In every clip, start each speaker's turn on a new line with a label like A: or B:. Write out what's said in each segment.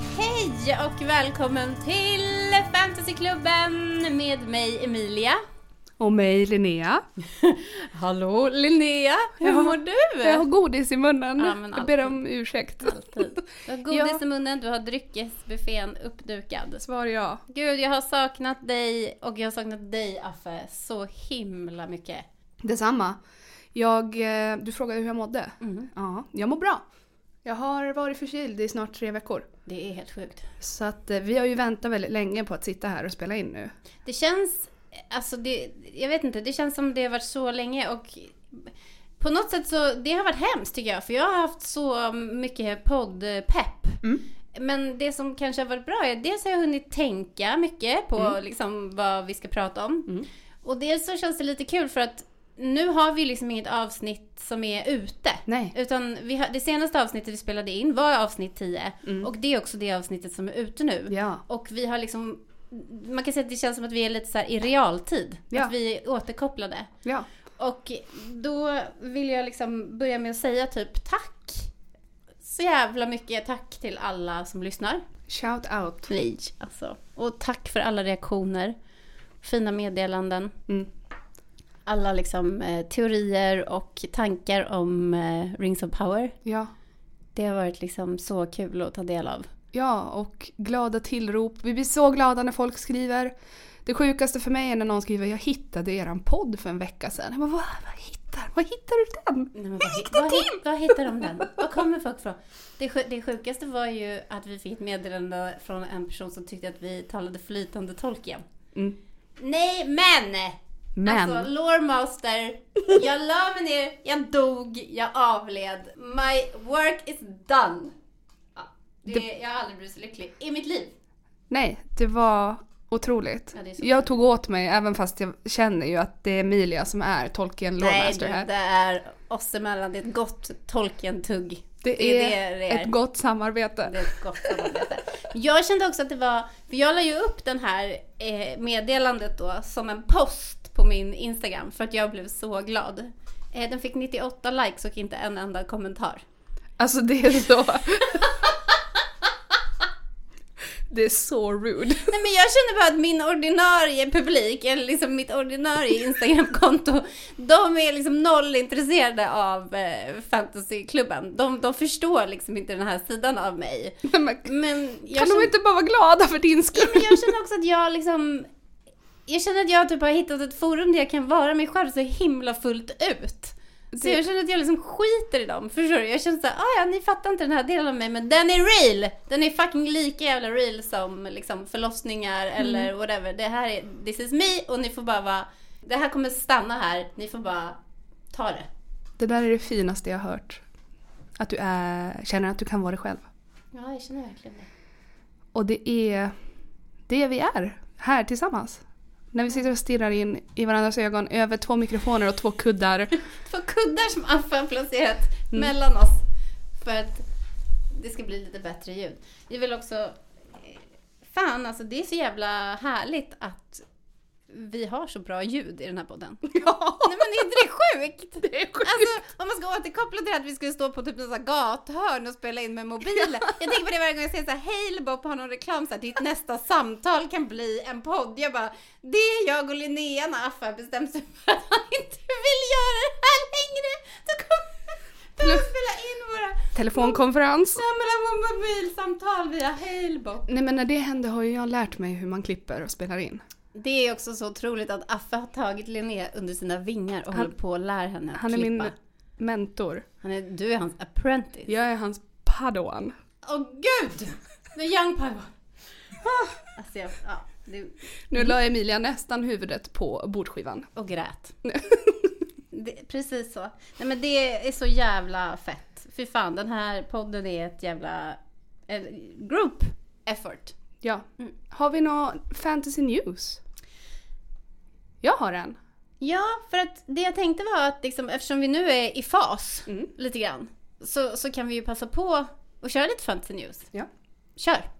A: Hej och välkommen till Fantasyklubben med mig Emilia.
B: Och mig Linnea.
A: Hallå Linnea, hur
B: Ja.
A: mår du?
B: Jag har godis i munnen.
A: Ja, men
B: jag ber om ursäkt.
A: Alltid. Du har godis
B: Ja.
A: i munnen, du har dryckesbuffén uppdukad.
B: Svar ja.
A: Gud, jag har saknat dig och jag har saknat dig Affe så himla mycket.
B: Detsamma. Jag, eh, du frågade hur jag mådde.
A: Mm.
B: Ja, jag mår bra. Jag har varit förkyld i snart tre veckor.
A: Det är helt sjukt.
B: Så att eh, vi har ju väntat väldigt länge på att sitta här och spela in nu.
A: Det känns, alltså det, jag vet inte, det känns som det har varit så länge och på något sätt så, det har varit hemskt tycker jag för jag har haft så mycket poddpepp.
B: Mm.
A: Men det som kanske har varit bra är dels har jag hunnit tänka mycket på liksom vad vi ska prata om.
B: Mm.
A: Och dels så känns det lite kul för att nu har vi liksom inget avsnitt som är ute.
B: Nej.
A: Utan vi har, det senaste avsnittet vi spelade in var avsnitt 10
B: Mm.
A: och det är också det avsnittet som är ute nu.
B: Ja.
A: Och vi har liksom, man kan säga att det känns som att vi är lite så här i realtid.
B: Ja.
A: Att vi är återkopplade.
B: Ja.
A: Och då vill jag liksom börja med att säga typ tack. Så jävla mycket tack till alla som lyssnar.
B: Shout out.
A: Nej. Alltså. Och tack för alla reaktioner. Fina meddelanden.
B: Mm.
A: Alla liksom eh, teorier och tankar om eh, Rings of Power.
B: Ja.
A: Det har varit liksom så kul att ta del av.
B: Ja, och glada tillrop. Vi blir så glada när folk skriver. Det sjukaste för mig är när någon skriver “Jag hittade eran podd för en vecka sedan”. Jag bara, vad, vad hittar, vad hittar du den?
A: Nej, men vad, vad, hit- vad hittar de den? Var kommer folk från? Det, sj- det sjukaste var ju att vi fick ett meddelande från en person som tyckte att vi talade flytande tolken.
B: Mm.
A: Nej, men!
B: Men.
A: Alltså, Loremaster, jag la mig ner, jag dog, jag avled. My work is done. Ja, det, Jag har aldrig blivit så lycklig i mitt liv.
B: Nej, det var otroligt.
A: Ja, det är så
B: jag tog åt mig även fast jag känner ju att det är Emilia som är Tolkien Lawmaster
A: Nej,
B: här.
A: du, det är oss emellan, det är ett gott tolkentugg.
B: Det, är ett gott samarbete.
A: Det är ett gott samarbete. Jag kände också att det var, för jag la ju upp den här eh, meddelandet då som en post på min Instagram för att jag blev så glad. Eh, Den fick 98 likes och inte en enda kommentar.
B: Alltså det är så... det är så rude.
A: Nej men jag känner bara att min ordinarie publik, eller liksom mitt ordinarie Instagramkonto, de är liksom noll intresserade av eh, fantasyklubben. De, de förstår liksom inte den här sidan av mig.
B: Nej, men kan
A: Men jag
B: de
A: känner-
B: inte bara vara glada för din
A: Ja,
B: skull?
A: men jag känner också att jag liksom... Jag känner att jag typ har hittat ett forum där jag kan vara mig själv så himla fullt ut. Så
B: Det-
A: jag känner att jag liksom skiter i dem, förstår du? Jag känner såhär, ah, ja ni fattar inte den här delen av mig men den är real! Den är fucking lika jävla real som liksom förlossningar eller whatever. Det här är, this is me och ni får bara vara, det här kommer stanna här, ni får bara ta det.
B: Det där är det finaste jag har hört. Att du är, känner att du kan vara dig själv.
A: Ja, jag känner verkligen det.
B: Och det är det vi är här tillsammans. När vi sitter och stirrar in i varandras ögon över två mikrofoner och två kuddar.
A: Två kuddar som Affe har placerat mellan oss för att det ska bli lite bättre ljud. Vi vill också... Fan, alltså det är så jävla härligt att vi har så bra ljud i den här podden.
B: Ja,
A: Nej men är inte det sjukt?
B: det är sjukt.
A: Alltså om man ska återkoppla till att vi skulle stå på typ någon sån här gathörn och spela in med mobilen. Jag tänker på det varje gång jag ser såhär, hej Bob har någon reklam såhär, ditt nästa samtal kan bli en podd. Jag bara, det är jag och Linnea när Affe har bestämt sig för att han inte vill göra det här längre. Då kommer vi att spela in våra
B: Telefonkonferens.
A: samla våra mobilsamtal via Hailbop.
B: Nej men när det hände har ju jag lärt mig hur man klipper och spelar in.
A: Det är också så otroligt att Affe har tagit Linnea under sina vingar och håller på och lär henne att
B: Han är
A: klippa.
B: min mentor.
A: Han är, du är hans apprentice.
B: Jag är hans padawan.
A: Åh gud! The young power. Alltså jag, ja, det,
B: Nu la Emilia nästan huvudet på bordskivan.
A: och grät. Det, precis så. Nej men det är så jävla fett. Fy fan, den här podden är ett jävla eh, group effort.
B: Ja. Har vi någon fantasy news? Jag har en.
A: Ja, för att det jag tänkte var att liksom, eftersom vi nu är i fas
B: Mm.
A: lite grann så, så kan vi ju passa på och köra lite fantasy news.
B: Ja.
A: Kör!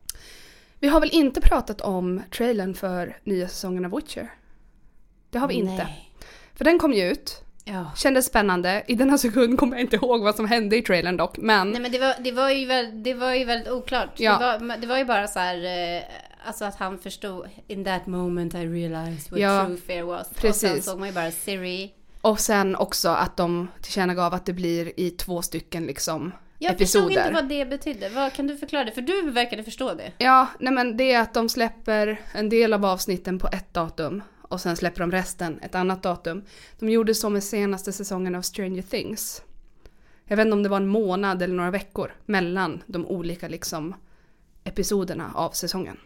B: Vi har väl inte pratat om trailern för nya säsongen av Witcher? Det har vi inte.
A: Nej.
B: För den kom ju ut
A: Ja.
B: Kändes spännande. I denna sekund kommer jag inte ihåg vad som hände i trailern dock, men
A: Nej men det var, det var, ju, väl, det var ju väldigt oklart.
B: Ja.
A: Det, var, men det var ju bara så här, eh, alltså att han förstod in that moment I realized what
B: Ja,
A: true fear was. Och sen
B: precis.
A: såg man ju bara Siri.
B: Och sen också att de tillkännagav att det blir i två stycken liksom
A: Jag
B: episoder.
A: förstod inte vad det betydde. Vad, kan du förklara det? För du verkade förstå det.
B: Ja, nej men det är att de släpper en del av avsnitten på ett datum och sen släpper de resten ett annat datum. De gjorde så med senaste säsongen av Stranger Things. Jag vet inte om det var en månad eller några veckor mellan de olika liksom episoderna av säsongen.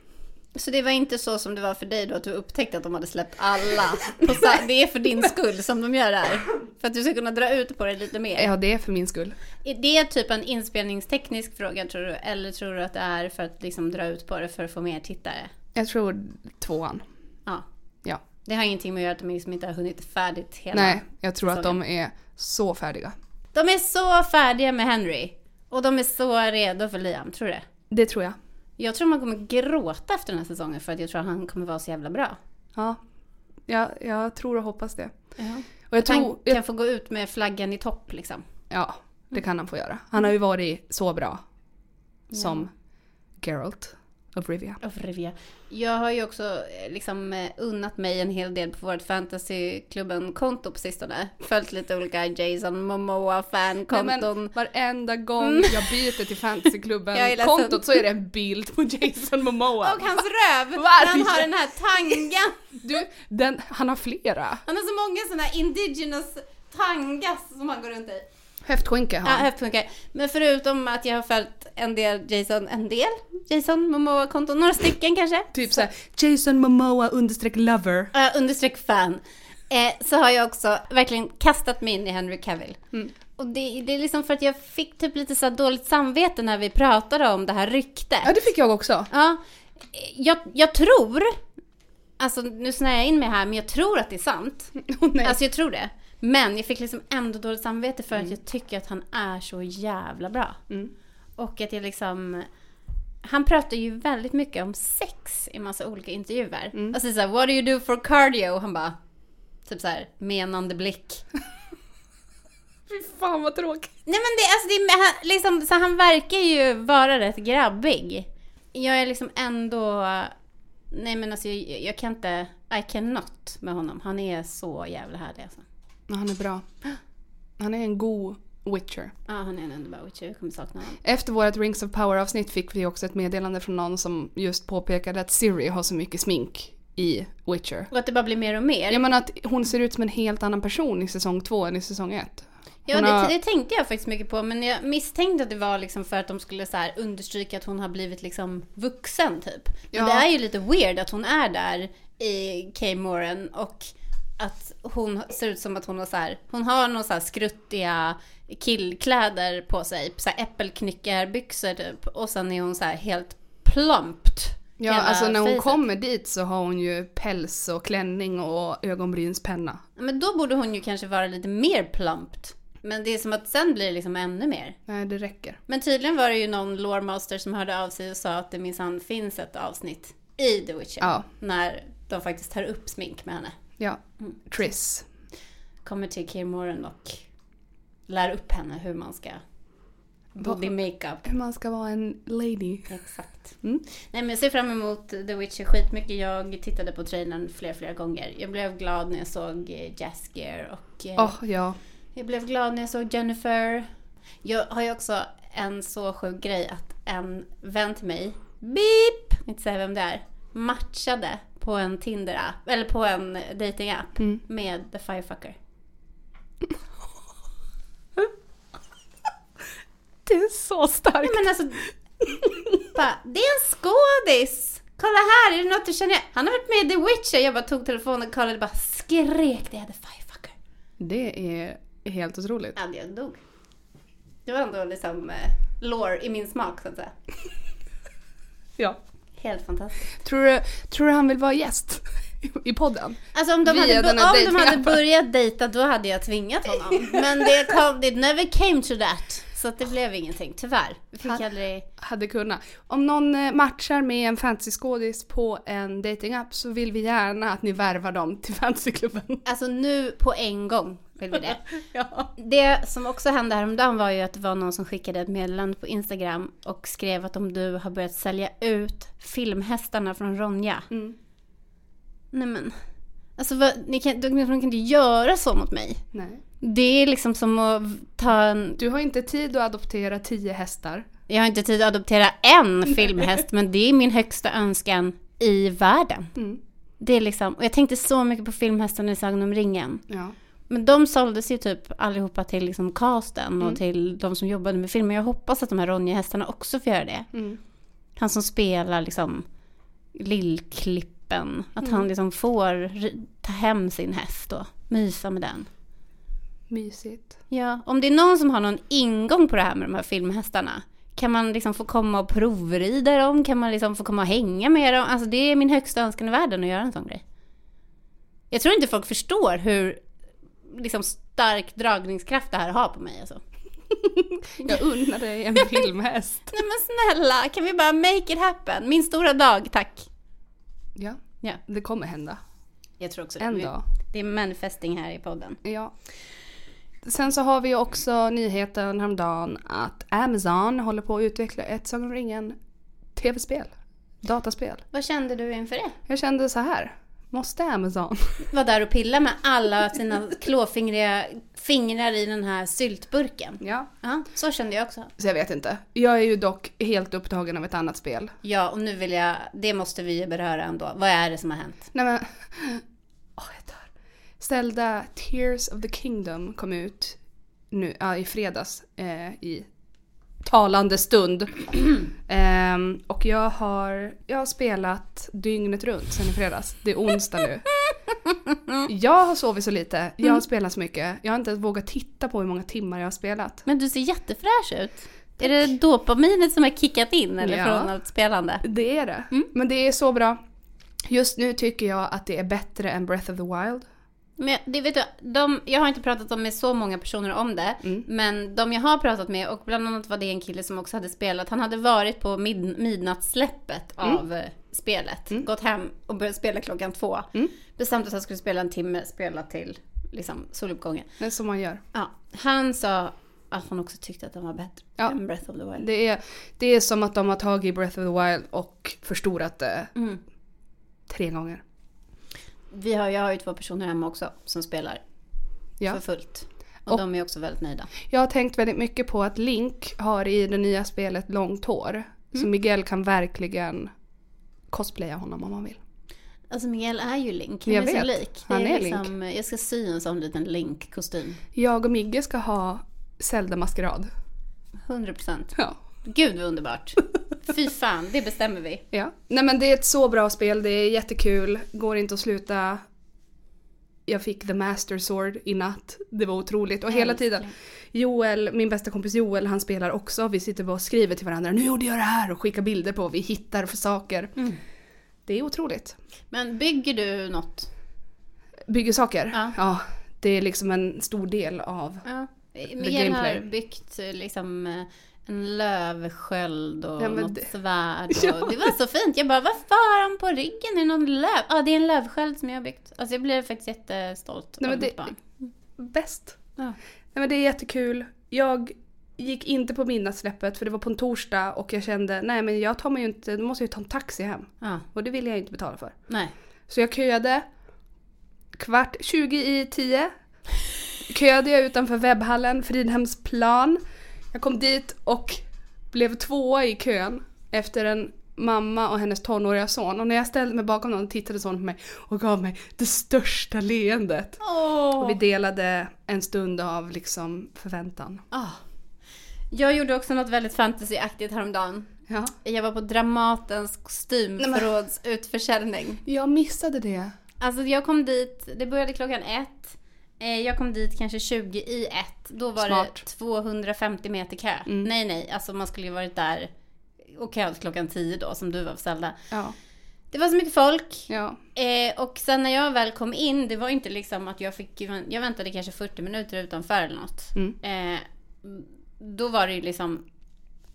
A: Så det var inte så som det var för dig då att du upptäckte att de hade släppt alla. Och så, det är för din skull som de gör det här. För att du ska kunna dra ut på det lite mer.
B: Ja, det är för min skull.
A: Är det typ en inspelningsteknisk fråga tror du? Eller tror du att det är för att liksom dra ut på det för att få mer tittare?
B: Jag tror tvåan.
A: Ja.
B: Ja.
A: Det har ingenting med att göra att de liksom inte har hunnit färdigt hela.
B: Nej, jag tror att de är så färdiga.
A: De är så färdiga med Henry. Och de är så redo för Liam, tror du det?
B: Det tror jag.
A: Jag tror man kommer gråta efter den här säsongen för att jag tror att han kommer vara så jävla bra.
B: Ja, jag, jag tror och hoppas det.
A: Ja.
B: Och jag
A: Han
B: tror...
A: kan
B: Jag,
A: få gå ut med flaggan i topp liksom.
B: ja, det kan han få göra. Han har ju varit så bra som Geralt of Rivia.
A: Av Rivia. Jag har ju också eh, liksom eh, unnat mig en hel del på vårt fantasyklubben-konto på sistone. Följt lite olika Jason
B: Nej,
A: Momoa-fankonton.
B: men varenda gång jag byter till
A: Jag är ledsen.
B: fantasyklubben-kontot så Mm. är det en bild på Jason Momoa.
A: Och hans röv!
B: Varje-
A: Han har den här tangan.
B: Du, den, han har flera.
A: Han har så många sådana här indigenous tangas som han går runt i.
B: Höftskinka har
A: Ja,
B: han.
A: höftfunkar. Men förutom att jag har följt en del Jason, en del Jason Momoa-konton, några stycken kanske.
B: Typ såhär, Jason Momoa understreck lover.
A: Ja, understreck fan. Eh, så har jag också verkligen kastat mig in i Henry Cavill.
B: Mm.
A: Och det, det är liksom för att jag fick typ lite så här dåligt samvete när vi pratade om det här ryktet.
B: Ja, det fick jag också.
A: Ja, eh, jag, jag tror, alltså nu snäar jag in mig här, men jag tror att det är sant.
B: Åh, nej.
A: Alltså jag tror det. Men jag fick liksom ändå dåligt samvete för att jag tycker att han är så jävla bra.
B: Mm.
A: Och att jag liksom... Han pratar ju väldigt mycket om sex i massa olika intervjuer.
B: Mm.
A: Alltså såhär, what do you do for cardio? Och han bara... Typ såhär, menande blick.
B: Fy fan vad tråkigt.
A: Nej men det, alltså det är, han, liksom, så han verkar ju vara rätt grabbig. Jag är liksom ändå... Nej men alltså jag, jag kan inte... I cannot med honom. Han är så jävla härlig alltså.
B: Ja, han är bra. Han är en god witcher.
A: Ja, han är en underbar witcher. Jag kommer sakna honom.
B: Efter vårt Rings of Power avsnitt fick vi också ett meddelande från någon som just påpekade att Siri har så mycket smink i Witcher.
A: Och att det bara blir mer och mer.
B: Jag menar att hon ser ut som en helt annan person i säsong två än i säsong ett.
A: Ja,
B: Hon har-
A: det, det tänkte jag faktiskt mycket på. Men jag misstänkte att det var liksom för att de skulle så här understryka att hon har blivit liksom vuxen typ. Men
B: Ja.
A: det är ju lite weird att hon är där i Kay Moran och att hon ser ut som att hon har så här, hon har några så här skruttiga killkläder på sig, så här äppelknyckarbyxor typ och sen är hon så här helt plumpt.
B: Ja,
A: hela
B: alltså när hon
A: facet.
B: kommer dit så har hon ju päls och klänning och ögonbrynspenna.
A: Men då borde hon ju kanske vara lite mer plumpt. Men det är som att sen blir det liksom ännu mer.
B: Nej, det räcker.
A: Men tydligen var det ju någon loremaster som hörde av sig och sa att det minsann finns ett avsnitt i The Witcher.
B: Ja.
A: När de faktiskt tar upp smink med henne.
B: Ja. Triss.
A: Kommer till Kier Moran och lär upp henne hur man ska body makeup.
B: Hur man ska vara en lady.
A: Exakt.
B: Mm.
A: Nej men jag ser fram emot The Witcher skitmycket. Jag tittade på trailern fler flera gånger. Jag blev glad när jag såg eh, Jaskier och eh,
B: Åh, ja.
A: Jag blev glad när jag såg Jennifer. Jag har ju också en så sjuk grej att en vän till mig, beep, jag vill inte säga vem det är, matchade på en Tinder-app, eller på en dating-app
B: Mm.
A: med The Firefucker.
B: Det är så starkt.
A: Nej men alltså, bara, det är en skådis! Kolla här, är det något du känner igen? Han har varit med i The Witcher. Jag bara tog telefonen och kollade och bara skrek det är The Firefucker.
B: Det är helt otroligt.
A: Ja, jag dog. Det var ändå liksom eh, lore i min smak så att säga.
B: Ja.
A: Helt fantastiskt.
B: Tror du, tror du han vill vara gäst i podden?
A: Alltså om de,
B: Via
A: hade, bo- om
B: den här
A: de hade
B: dejtingappen.
A: börjat dejta då hade jag tvingat honom. Men det kom, it never came to that. Så att det blev ingenting, tyvärr. Vi fick
B: Han-
A: aldrig...
B: Hade kunnat. Om någon eh, matchar med en fantasyskådis på en datingapp så vill vi gärna att ni värvar dem till fantasyklubben.
A: Alltså nu på en gång. Gjorde det.
B: Ja.
A: Det som också hände häromdagen var ju att det var någon som skickade ett meddelande på Instagram och skrev att om du har börjat sälja ut filmhästarna från Ronja.
B: Mm.
A: Nej men. Alltså vad, ni kan, de, de kan inte göra så mot mig.
B: Nej.
A: Det är liksom som att ta en...
B: Du har inte tid att adoptera tio hästar.
A: Jag har inte tid att adoptera en filmhäst men det är min högsta önskan i världen.
B: Mm.
A: Det är liksom, och jag tänkte så mycket på filmhästarna i Sagan om ringen.
B: Ja.
A: Men de såldes ju typ allihopa till liksom casten och till de som jobbade med filmen. Jag hoppas att de här Ronja-hästarna också får göra det.
B: Mm.
A: Han som spelar liksom Lillklippen. Att han liksom får ri- ta hem sin häst och mysa med den.
B: Mysigt.
A: Ja, om det är någon som har någon ingång på det här med de här filmhästarna. Kan man liksom få komma och provrida dem? Kan man liksom få komma och hänga med dem? Alltså det är min högsta önskan i världen att göra en sån grej. Jag tror inte folk förstår hur liksom stark dragningskraft det här har på mig alltså.
B: Jag unnar dig en filmhäst.
A: Nej men snälla, kan vi bara make it happen? Min stora dag, tack.
B: Ja,
A: Ja,
B: det kommer hända.
A: jag tror också
B: En dag.
A: Det är manifesting här i podden.
B: Ja. Sen så har vi ju också nyheten häromdagen att Amazon håller på att utveckla ett Sagan om ringen tv-spel. Dataspel.
A: Vad kände du inför det?
B: Jag kände så här. Måste Amazon?
A: Var där och pilla med alla sina klåfingriga fingrar i den här syltburken.
B: Ja.
A: Ja, så kände jag också.
B: Så jag vet inte. Jag är ju dock helt upptagen av ett annat spel.
A: Ja, och nu vill jag, det måste vi ju beröra ändå. Vad är det som har hänt?
B: Nej men. Åh, jag dör. Ställda Tears of the Kingdom kom ut nu, ja, i fredags eh, i talande stund. Ehm, och jag har, jag har spelat dygnet runt sen i fredags. Det är onsdag nu. Jag har sovit så lite, jag har spelat så mycket. Jag har inte ens vågat titta på hur många timmar jag har spelat.
A: Men du ser jättefräsch ut. Är det dopaminet som har kickat in eller
B: Ja.
A: från allt spelande?
B: Det är det. Men det är så bra. Just nu tycker jag att det är bättre än Breath of the Wild.
A: Men jag- det vet du, de, jag har inte pratat om med så många personer om det, men de jag har pratat med och bland annat var det en kille som också hade spelat, han hade varit på mid, midnattssläppet av eh, spelet, gått hem och börjat spela klockan två. Bestämt att han skulle spela en timme, spela till liksom, soluppgången.
B: Det är som man gör.
A: Ja, han sa att han också tyckte att den var bättre
B: Ja.
A: än Breath of the Wild.
B: Det är, det är som att de har tagit Breath of the Wild och förstorat det
A: Mm.
B: tre gånger.
A: Vi har, jag har ju två personer hemma också som spelar
B: Ja.
A: för fullt. Och,
B: Och-
A: de är också väldigt nöjda.
B: Jag har tänkt väldigt mycket på att Link har i det nya spelet långt hår. Så Miguel kan verkligen cosplaya honom om han vill.
A: Alltså Miguel är ju Link, han
B: Jag
A: är så
B: vet.
A: lik.
B: Han är
A: Link. Jag ska sy en sån liten Link-kostym.
B: Jag och Migge ska ha Zelda-maskerad.
A: 100%.
B: Ja.
A: Gud vad underbart. Fy fan, det bestämmer vi.
B: ja. Nej men det är ett så bra spel, det är jättekul, går inte att sluta. Jag fick The Master Sword i natt. Det var otroligt. Och hela tiden. Joel, min bästa kompis Joel, han spelar också. Vi sitter bara och skriver till varandra. Nu gjorde jag det här! Och skickar bilder på vad vi hittar för saker. Det är otroligt.
A: Men bygger du något?
B: Bygger saker?
A: Ja.
B: det är liksom en stor del av...
A: Ja. Miguel har
B: gameplay.
A: byggt eh, liksom eh, en lövsköld och
B: Ja, men
A: något
B: det-
A: svärd. Och... Det var så fint. Jag bara, varför har han på ryggen? Är det någon löv? Ja, ah, det är en lövsköld som jag har byggt. Alltså jag blev faktiskt jättestolt
B: Nej,
A: av
B: men
A: mitt
B: det-
A: barn.
B: Bäst.
A: Ja.
B: Nej men det är jättekul. Jag gick inte på midnattssläppet för det var på en torsdag och jag kände nej men jag tar mig ju inte, då måste jag ju ta en taxi hem.
A: Ja,
B: Och det ville jag inte betala för.
A: nej.
B: Så jag köade kvart 20 i 10. Köade jag utanför webbhallen, Fridhemsplan. Jag kom dit och blev tvåa i kön efter en mamma och hennes tonåriga son. Och när jag ställde mig bakom någon tittade sonen på mig och gav mig det största leendet. Och vi delade en stund av liksom förväntan.
A: Ah. Jag gjorde också något väldigt fantasyaktigt häromdagen.
B: Ja.
A: Jag var på Dramatens kostymförrådsutförsäljning.
B: Jag missade det.
A: Alltså jag kom dit, det började klockan ett. Eh, Jag kom dit kanske 20 i ett. Då var
B: Smart.
A: det 250 meter kö. Nej, nej, alltså man skulle ju varit där och köat klockan 10 då som du var på Zelda.
B: Ja.
A: Det var så mycket folk.
B: Ja.
A: Eh, och sen när jag väl kom in, det var inte liksom att jag fick, jag väntade kanske 40 minuter utanför eller något.
B: Mm.
A: Eh, då var det ju liksom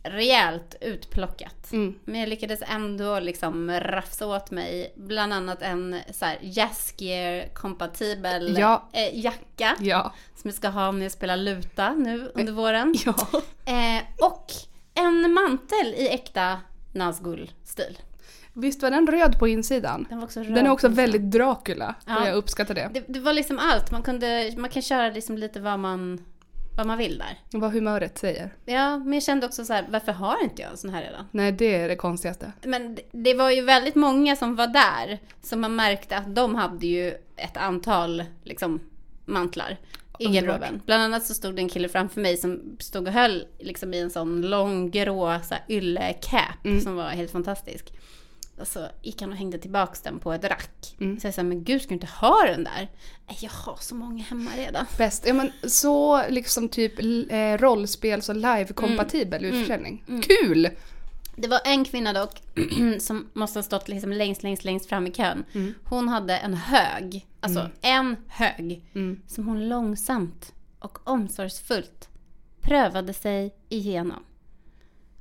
A: rejält utplockat.
B: Mm.
A: Men jag lyckades ändå liksom rafsa åt mig bland annat en så här jazzgear-kompatibel
B: Ja.
A: eh, jacka
B: Ja.
A: som jag ska ha om jag spelar luta nu under våren.
B: Ja.
A: Eh, och en mantel i äkta Nazgul-stil.
B: Visst var den röd på insidan?
A: Den var också röd.
B: Den är också väldigt Dracula.
A: Ja.
B: Och jag uppskattar det.
A: det, det var liksom allt. Man, kunde, man kan köra liksom lite vad man, vad man vill där.
B: Vad humöret säger.
A: Ja, men jag kände också så här, varför har inte jag en sån här redan?
B: Nej, det är det konstigaste.
A: Men det- det var ju väldigt många som var där som man märkte att de hade ju ett antal liksom, mantlar i
B: Underbart.
A: garderoben. Bland annat så stod det en kille framför mig som stod och höll liksom, i en sån lång grå så här, yllecape som var helt fantastisk. Och så gick han och hängde tillbaks den på ett rack. Så jag sa, men gud ska du inte ha den där? Nej, jag har så många hemma redan.
B: Bäst. Ja, men så liksom typ l- eh, rollspels och
A: Mm.
B: live-kompatibel utförsäljning. Kul!
A: Det var en kvinna dock som måste ha stått liksom längst, längst, längst fram i kön. Hon hade en hög, alltså en hög, som hon långsamt och omsorgsfullt prövade sig igenom.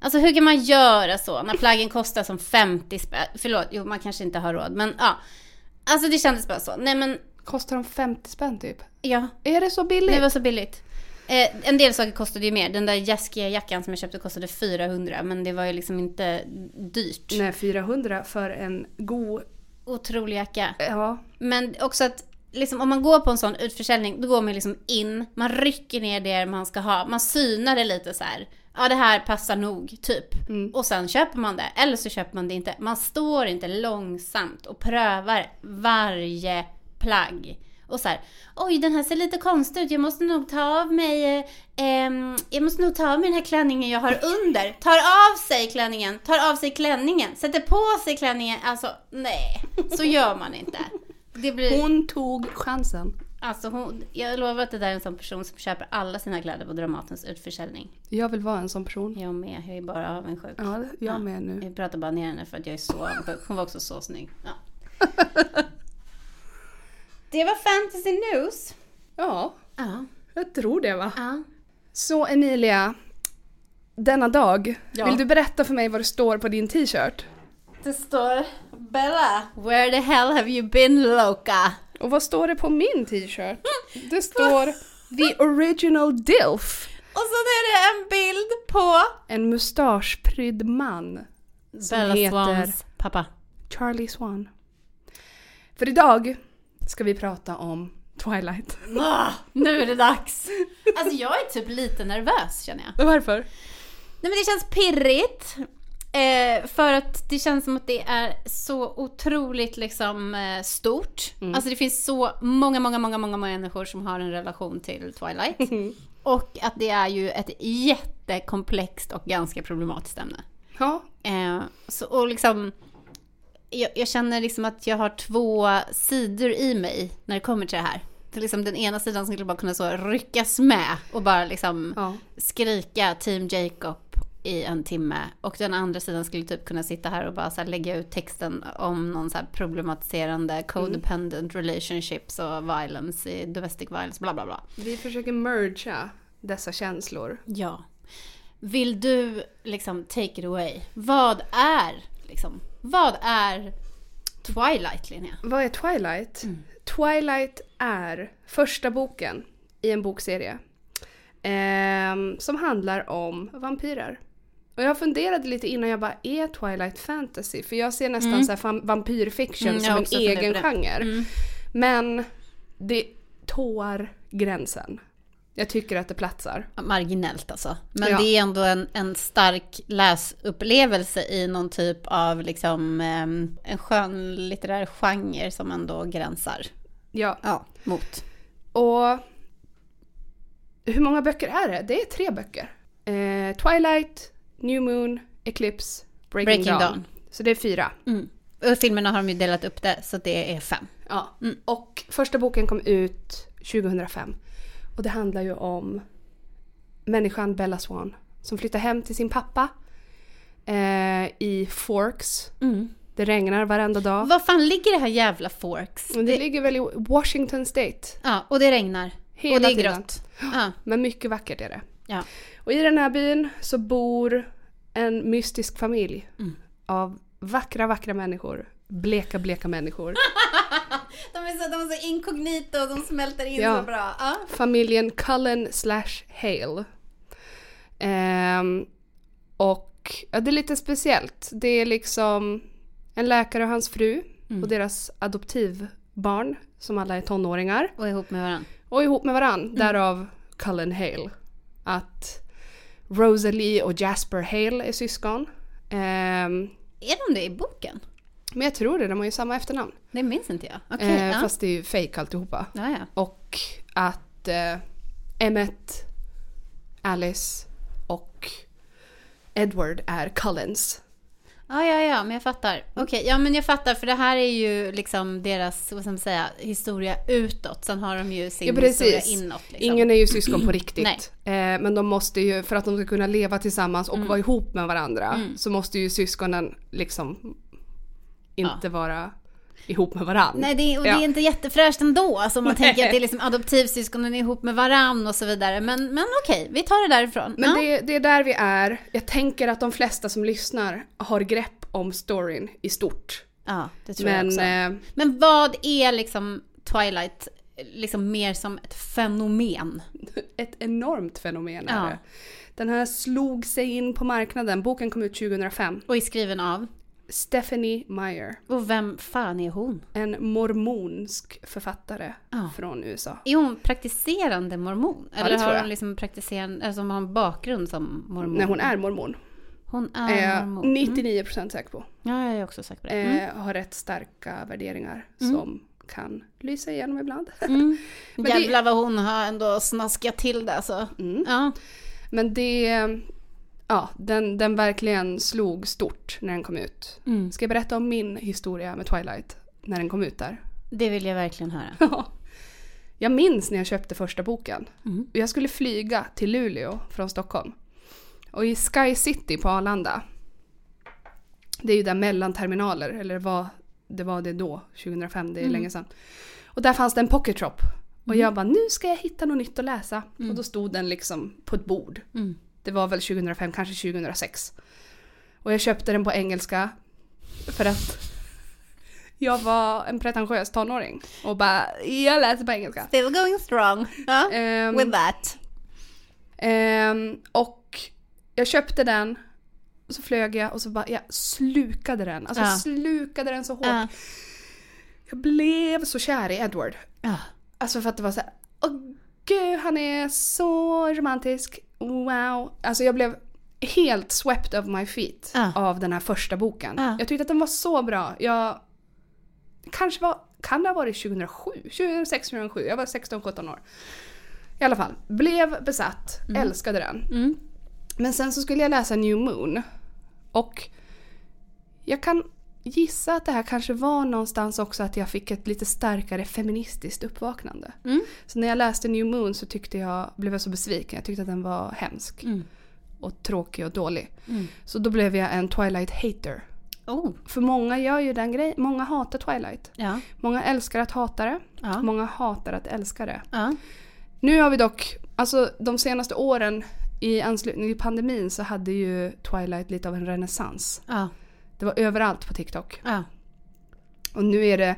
A: Alltså hur kan man göra så när plaggen kostar som 50 spänn? Förlåt, jo man kanske inte har råd men ja. Alltså det kändes bara så. Nej men
B: Kostar de 50 spänn typ?
A: ja,
B: Är det så billigt?
A: det var så billigt. Eh, en del saker kostade ju mer. Den där jaskiga jackan som jag köpte kostade 400 men det var ju liksom inte dyrt.
B: Nej, 400 för en god...
A: Otrolig jacka.
B: Ja.
A: Men också att liksom, om man går på en sån utförsäljning, då går man liksom in, man rycker ner det man ska ha, man synar det lite så här. Ja det här passar nog, typ. Och sen köper man det, eller så köper man det inte. Man står inte långsamt och prövar varje plagg. Och så här, oj den här ser lite konstig ut, jag måste nog ta av mig, eh, ehm, jag måste nog ta av mig den här klänningen jag har under. Tar av sig klänningen, tar av sig klänningen, sätter på sig klänningen. Alltså nej, så gör man inte. Det blir,
B: Hon tog chansen.
A: alltså hon, jag lovar att det där är en sån person som köper alla sina kläder på Dramatens utförsäljning.
B: Jag vill vara en sån person.
A: Jag med, jag är bara avundsjuk.
B: Ja, jag med nu.
A: Jag pratar bara ner henne för att jag är så avundsjuk. Hon var också så snygg. Ja. Det var fantasy news.
B: Ja,
A: Ja.
B: jag tror det va.
A: ja.
B: Så Emilia, denna dag,
A: Ja.
B: vill du berätta för mig vad det står på din t-shirt?
A: Det står Bella, where the hell have you been loca?
B: Och vad står det på min t-shirt? Det står “The original DILF”.
A: Och så är det en bild på
B: En mustaschprydd man som
A: Bella
B: heter
A: Swans pappa.
B: Charlie Swan. För idag ska vi prata om Twilight.
A: Ah, nu är det dags! Alltså jag är typ lite nervös känner jag.
B: Varför?
A: Nej men det känns pirrigt. Eh, för att det känns som att det är så otroligt liksom eh, stort. Alltså det finns så många, många, många, många människor som har en relation till Twilight. Och att det är ju ett jättekomplext och ganska problematiskt ämne.
B: Ja,
A: Eh, så, och liksom, jag, jag känner liksom att jag har två sidor i mig när det kommer till det här. Det är liksom den ena sidan skulle bara kunna så ryckas med och bara liksom
B: ja.
A: skrika Team Jacob i en timme. Och den andra sidan skulle typ kunna sitta här och bara så här lägga ut texten om någon så här problematiserande codependent relationships och violence, i domestic violence, bla bla bla.
B: Vi försöker mergea dessa känslor.
A: Ja. Vill du liksom take it away? Vad är liksom, vad är Twilight Linnea?
B: Vad är Twilight?
A: Mm.
B: Twilight är första boken i en bokserie ehm, som handlar om vampyrer. Och jag funderade lite innan, jag bara är Twilight fantasy? För jag ser nästan så här fam- vampyrfiction
A: Mm, jag
B: som
A: har
B: en
A: också funderat
B: egen
A: på det. Mm.
B: genre. Men det tår gränsen. Jag tycker att det platsar.
A: Marginellt alltså. Men
B: Ja.
A: det är ändå en, en stark läsupplevelse i någon typ av liksom ehm, en skön litterär genre som ändå gränsar
B: Ja.
A: ja. mot.
B: Och hur många böcker är det? Det är tre böcker. Eh, Twilight, New Moon, Eclipse, Breaking,
A: Breaking
B: Dawn.
A: Dawn.
B: Så det är fyra.
A: Mm. Och filmerna har de ju delat upp det så det är fem.
B: Ja. Mm. Och första boken kom ut 2005. Och det handlar ju om människan Bella Swan som flyttar hem till sin pappa eh, i Forks.
A: Mm.
B: Det regnar varenda dag.
A: Vad fan ligger det här jävla Forks?
B: Men det ligger väl i Washington State.
A: Ja, och det regnar.
B: Hela
A: och det är
B: tiden.
A: grått. Ja.
B: Men mycket vackert är det.
A: ja.
B: Och i den här byn så bor en mystisk familj av vackra, vackra människor. Bleka, bleka människor.
A: De är så, de är så inkognito och de smälter in
B: Ja.
A: så bra. Ja.
B: Familjen Cullen slash Hale. Ehm, och ja, det är lite speciellt. Det är liksom en läkare och hans fru och deras adoptivbarn som alla är tonåringar.
A: Och ihop med varandra.
B: och ihop med varann.
A: Mm.
B: Därav Cullen Hale. Att Rosalie och Jasper Hale är syskon. Ehm,
A: Är de det i boken?
B: men jag tror det, de har ju samma efternamn.
A: Det minns inte jag. Okej.
B: Ehm,
A: ja.
B: Fast det är ju fejk alltihopa.
A: ja, ja.
B: Och att eh, Emmet, Alice och Edward är Cullens.
A: Ja, ja, ja, men jag fattar.
B: Mm.
A: Okej, ja men jag fattar för det här är ju liksom deras, vad ska man säga, historia utåt. Sen har de ju sin
B: Ja, precis.
A: historia inåt. Liksom.
B: Ingen är ju syskon på riktigt.
A: Nej. Mm.
B: Eh, men de måste ju, för att de ska kunna leva tillsammans och vara ihop med varandra så måste ju syskonen liksom inte vara ihop med varandra.
A: Nej, det är, och det
B: Ja.
A: är inte jättefräscht ändå. Alltså om man
B: Nej.
A: tänker att det är liksom adoptivsyskonen är ihop med varann och så vidare. Men, men okej, vi tar det därifrån.
B: Men
A: ja.
B: det, det är där vi är. Jag tänker att de flesta som lyssnar har grepp om storyn i stort.
A: ja, det tror jag
B: Men
A: också.
B: eh,
A: Men vad är liksom Twilight liksom mer som ett fenomen?
B: ett enormt fenomen är
A: Ja.
B: det. Den här slog sig in på marknaden. Boken kom ut 2005.
A: Och är skriven av?
B: Stephanie Meyer,
A: Och vem fan är hon?
B: en mormonsk författare
A: Ja.
B: från USA.
A: Är hon praktiserande mormon? Eller
B: det tror
A: har
B: jag.
A: hon liksom praktiserande, alltså hon har en bakgrund som mormon?
B: Nej, hon är mormon.
A: Hon är
B: Eh,
A: mormon. Mm.
B: 99% säker på.
A: Ja, jag är också säker på det.
B: Eh, Har rätt starka värderingar som kan lysa igenom ibland.
A: Mm.
B: men det- Mm.
A: Jävlar vad hon har ändå snaskat till det alltså. Ja.
B: Men det... Ja, den, den verkligen slog stort när den kom ut.
A: Mm.
B: Ska jag berätta om min historia med Twilight när den kom ut där?
A: Det vill jag verkligen höra.
B: jag minns när jag köpte första boken. Jag skulle flyga till Luleå från Stockholm. Och i Sky City på Arlanda. Det är ju där mellanterminaler, eller vad det var det då, 2005, det är länge sedan. Och där fanns det en pocket shop. Och jag bara, nu ska jag hitta något nytt att läsa. Och då stod den liksom på ett bord.
A: Mm.
B: Det var väl 2005, kanske 2006. Och jag köpte den på engelska. För att jag var en pretentiös tonåring. Och bara, jag läser på engelska.
A: Still going strong. Ja.
B: Ehm,
A: With that.
B: Ehm, och jag köpte den. Och så flög jag och så bara, jag slukade den. Alltså
A: Ja.
B: jag slukade den så hårt.
A: Ja.
B: Jag blev så kär i Edward. Alltså för att det var så här, åh gud han är så romantisk, wow. Alltså jag blev helt swept of my feet
A: Ja.
B: av den här första boken.
A: Ja.
B: Jag tyckte att den var så bra. Jag kanske var, kan det ha varit 2007, 2006, 2007, jag var 16-17 år. I alla fall, blev besatt, älskade den.
A: Mm.
B: Men sen så skulle jag läsa New Moon. Och jag kan gissa att det här kanske var någonstans också att jag fick ett lite starkare feministiskt uppvaknande.
A: Mm.
B: Så när jag läste New Moon så tyckte jag, blev jag så besviken. Jag tyckte att den var hemsk.
A: Mm.
B: Och tråkig och dålig. Så då blev jag en Twilight hater.
A: Oh.
B: För många gör ju den grejen. Många hatar Twilight.
A: Ja.
B: Många älskar att hata det.
A: Ja.
B: Många hatar att älska det.
A: Ja.
B: Nu har vi dock, alltså de senaste åren i anslutning till pandemin så hade ju Twilight lite av en renässans.
A: Ja.
B: Det var överallt på TikTok.
A: ja.
B: Och nu är det,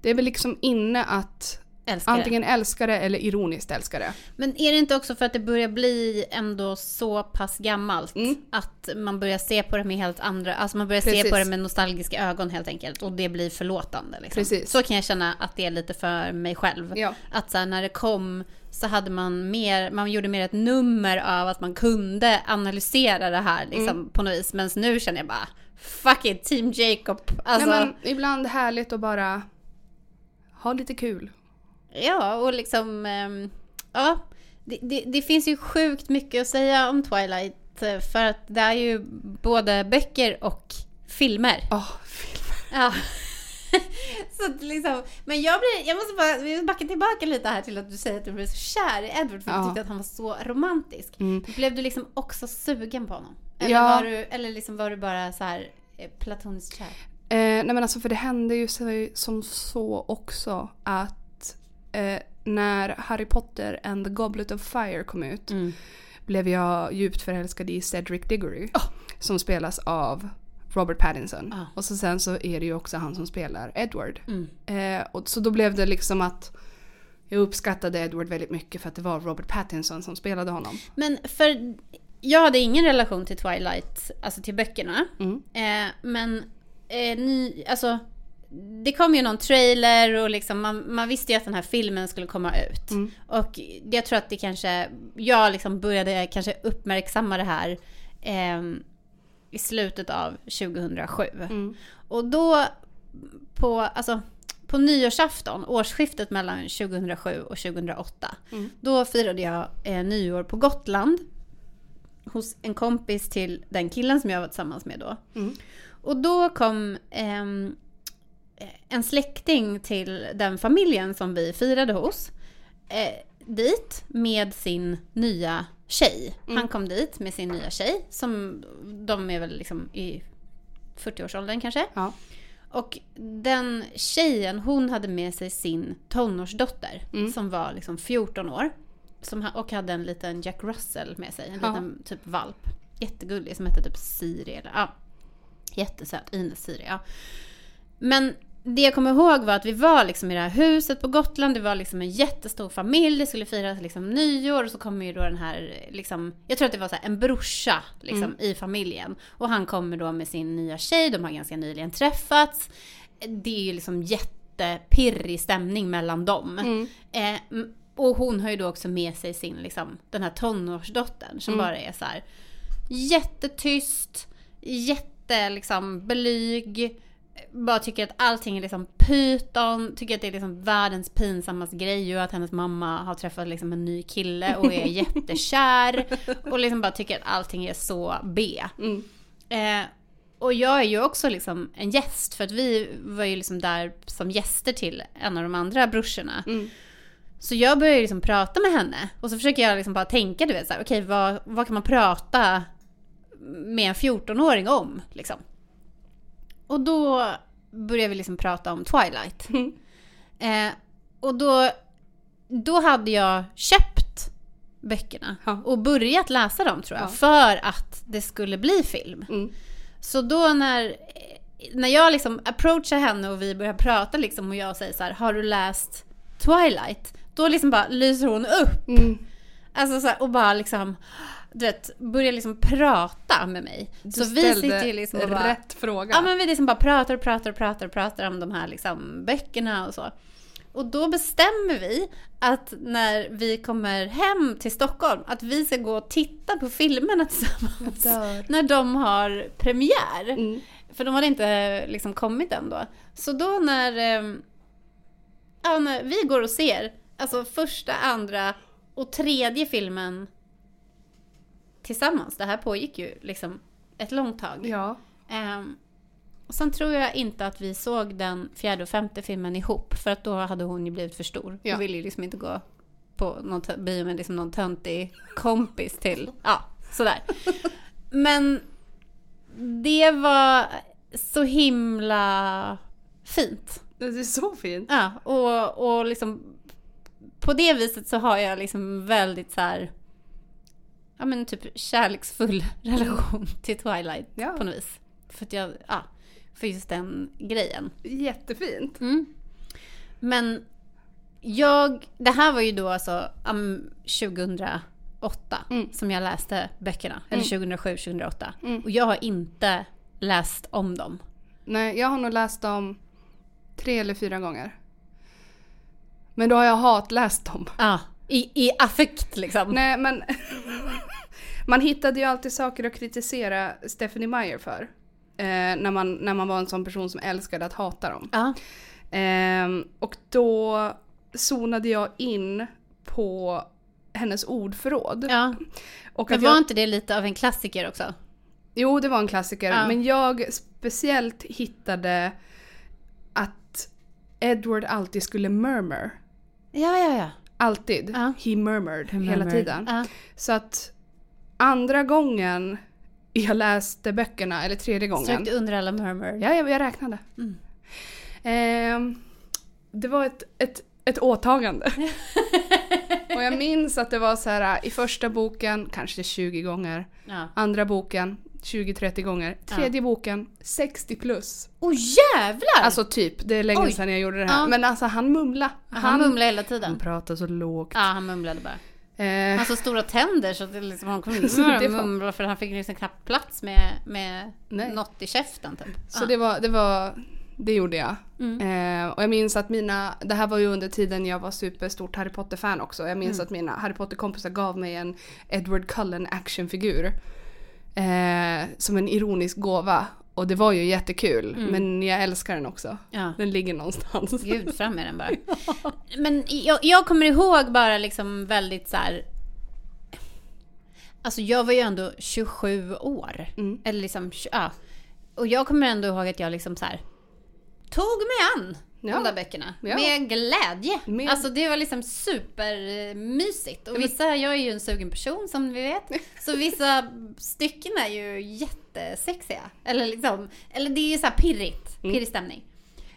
B: det är väl liksom inne att
A: Älskar det.
B: antingen älska det eller ironiskt älska det.
A: Men är det inte också för att det börjar bli ändå så pass gammalt
B: Mm.
A: att man börjar se på det med helt andra, alltså man börjar se
B: Precis.
A: på det med nostalgiska ögon helt enkelt och det blir förlåtande. Liksom.
B: Precis.
A: Så kan jag känna att det är lite för mig själv.
B: Ja.
A: Att så här, när det kom så hade man mer, man gjorde mer ett nummer av att man kunde analysera det här liksom,
B: Mm.
A: på något vis. Men nu känner jag bara, fuck it, team Jacob. Alltså,
B: Nej, men ibland härligt att bara ha lite kul.
A: Ja, och liksom... ehm, Ja, det, det, det finns ju sjukt mycket att säga om Twilight. eh, För att det är ju både böcker och filmer.
B: Åh, filmer.
A: Ja. så att liksom, men jag blir, jag måste bara vi måste backa tillbaka lite här till att du säger att du blev så kär i Edward för att du
B: Ja.
A: tyckte att han var så romantisk.
B: Mm.
A: Blev du liksom också sugen på honom? Eller,
B: Ja.
A: var, du, eller liksom var du bara så här eh, platoniskt kär?
B: Eh, nej men alltså för det hände ju sig som så också att eh, när Harry Potter and
A: Mm.
B: the Goblet of Fire kom ut blev jag djupt förälskad i Cedric Diggory. som spelas av Robert Pattinson.
A: Ah.
B: Och så sen så är det ju också han som spelar Edward.
A: Mm.
B: Eh, och så då blev det liksom att jag uppskattade Edward väldigt mycket för att det var Robert Pattinson som spelade honom.
A: Men för jag hade ingen relation till Twilight, alltså till böckerna.
B: Mm.
A: Eh, men eh, ni, alltså det kom ju någon trailer och liksom man, man visste ju att den här filmen skulle komma ut.
B: Mm.
A: Och jag tror att det kanske, jag liksom började kanske uppmärksamma det här ehm, i slutet av 2007.
B: Mm.
A: Och då på, alltså, på nyårsafton, årsskiftet mellan 2007 och 2008,
B: Mm.
A: då firade jag eh, nyår på Gotland hos en kompis till den killen som jag var tillsammans med då.
B: Mm.
A: Och då kom ehm, en släkting till den familjen som vi firade hos eh, dit med sin nya tjej.
B: Mm.
A: Han kom dit med sin nya tjej som de är väl liksom i 40-årsåldern kanske.
B: Ja.
A: Och den tjejen, hon hade med sig sin tonårsdotter
B: Mm.
A: som var liksom 14 år. Som, ha- och hade en liten Jack Russell med sig, en
B: Ja.
A: liten typ valp. Jättegullig som hette typ Siri. Eller, ja. Jättesöt, Ines Siri. Ja. Men det jag kommer ihåg var att vi var liksom i det här huset på Gotland, det var liksom en jättestor familj, det skulle firas liksom nyår och så kommer ju då den här, liksom, jag tror att det var så här, en brorsa liksom, i familjen. Och han kommer då med sin nya tjej, de har ganska nyligen träffats. Det är ju liksom jättepirrig stämning mellan dem.
B: Mm.
A: Eh, m- och hon har ju då också med sig sin, liksom, den här tonårsdottern som bara är så här jättetyst, jätte liksom blyg. Bara tycker att allting är liksom pyton, tycker att det är liksom världens pinsammaste grej och att hennes mamma har träffat liksom en ny kille och är jättekär. Och liksom bara tycker att allting är så B.
B: Mm.
A: Eh, och jag är ju också liksom en gäst för att vi var ju liksom där som gäster till en av de andra brorsorna.
B: Mm.
A: Så jag börjar ju liksom prata med henne och så försöker jag liksom bara tänka du vet så här, okej vad, vad kan man prata med en 14-åring om liksom. Och då börjar vi liksom prata om Twilight.
B: Mm.
A: Eh, och då, då hade jag köpt böckerna
B: Ja.
A: och börjat läsa dem tror jag
B: Ja.
A: för att det skulle bli film.
B: Mm.
A: Så då när, när jag liksom approachar henne och vi börjar prata liksom och jag säger så här, har du läst Twilight? Då liksom bara lyser hon upp.
B: Mm.
A: Alltså så här, och bara liksom, du vet, börjar liksom prata med mig. så vi
B: ställde
A: sitter ju liksom och bara...
B: rätt fråga.
A: Ja men vi liksom bara pratar och pratar och pratar och pratar om de här liksom böckerna och så. Och då bestämmer vi att när vi kommer hem till Stockholm att vi ska gå och titta på filmerna tillsammans.
B: dör.
A: När de har premiär.
B: Mm.
A: För de hade inte eh, liksom kommit än då. Så då när, eh, ja, när vi går och ser, alltså första, andra och tredje filmen tillsammans. Det här pågick ju liksom ett långt tag.
B: Ja.
A: Ehm, och sen tror jag inte att vi såg den fjärde och femte filmen ihop för att då hade hon ju blivit för stor.
B: Ja.
A: Hon ville ju liksom inte gå på någon tö- bio med liksom någon töntig kompis till, ja sådär. Men det var så himla fint.
B: Det är så fint.
A: Ja, och, och liksom på det viset så har jag liksom väldigt så här ja men typ kärleksfull relation till Twilight
B: Ja.
A: på något vis. För att jag, ja, för just den grejen.
B: Jättefint.
A: Men jag, det här var ju då alltså um, 2008
B: Mm.
A: som jag läste böckerna. Eller 2007, 2008.
B: Mm.
A: Och jag har inte läst om dem.
B: Nej, jag har nog läst dem tre eller fyra gånger. Men då har jag hatläst dem.
A: Ja, i, i affekt liksom.
B: Nej, men... man hittade ju alltid saker att kritisera Stephanie Meyer för. Eh, när, man, när man var en sån person som älskade att hata dem.
A: Ja.
B: Ehm, och då zonade jag in på hennes ordförråd.
A: ja.
B: Och
A: Men
B: att
A: var
B: jag,
A: inte det lite av en klassiker också?
B: Jo, det var en klassiker.
A: Ja.
B: Men jag speciellt hittade att Edward alltid skulle murmur.
A: Ja, ja, ja.
B: Alltid.
A: Ja.
B: He murmured hela tiden.
A: Ja.
B: Så att andra gången jag läste böckerna, eller tredje gången.
A: Strök du under alla murmur?
B: Ja, jag, jag räknade.
A: Mm.
B: Ehm, det var ett, ett, ett åtagande. och jag minns att det var så här i första boken kanske 20 gånger.
A: Ja.
B: Andra boken 20-30 gånger. Tredje boken, 60 plus.
A: Åh jävlar!
B: Alltså typ, det är länge
A: Oj.
B: sedan jag gjorde det här.
A: Ja.
B: Men alltså han mumla.
A: han, mumlar hela tiden.
B: han pratar så lågt.
A: Ja, han mumlade bara. Han
B: Eh,
A: har så stora tänder så det liksom, han kunde
B: Så
A: inte
B: det
A: börja
B: var-
A: mumla för han fick liksom knappt plats med, med
B: Nej.
A: något i käften typ.
B: så det var, det var, det gjorde jag.
A: Mm.
B: Eh, och jag minns att mina, det här var ju under tiden jag var superstort Harry Potter-fan också. Jag
A: Mm.
B: minns att mina Harry Potter-kompisar gav mig en Edward Cullen actionfigur. Eh, som en ironisk gåva. Och det var ju jättekul.
A: Mm.
B: Men jag älskar den också.
A: Ja.
B: Den ligger någonstans.
A: Gud, fram med den bara. Men jag, jag kommer ihåg bara liksom väldigt så här. Alltså jag var ju ändå 27 år.
B: Mm.
A: Eller liksom, tj- ja. Och jag kommer ändå ihåg att jag liksom så här. Tog mig an
B: Ja.
A: de där böckerna.
B: Ja.
A: Med glädje.
B: Med-
A: Alltså det var liksom supermysigt. Och vissa, jag är ju en sugen person som vi vet. Så vissa stycken är ju jättesexiga. Eller liksom, eller det är ju så här pirrigt.
B: Mm.
A: Pirrig stämning.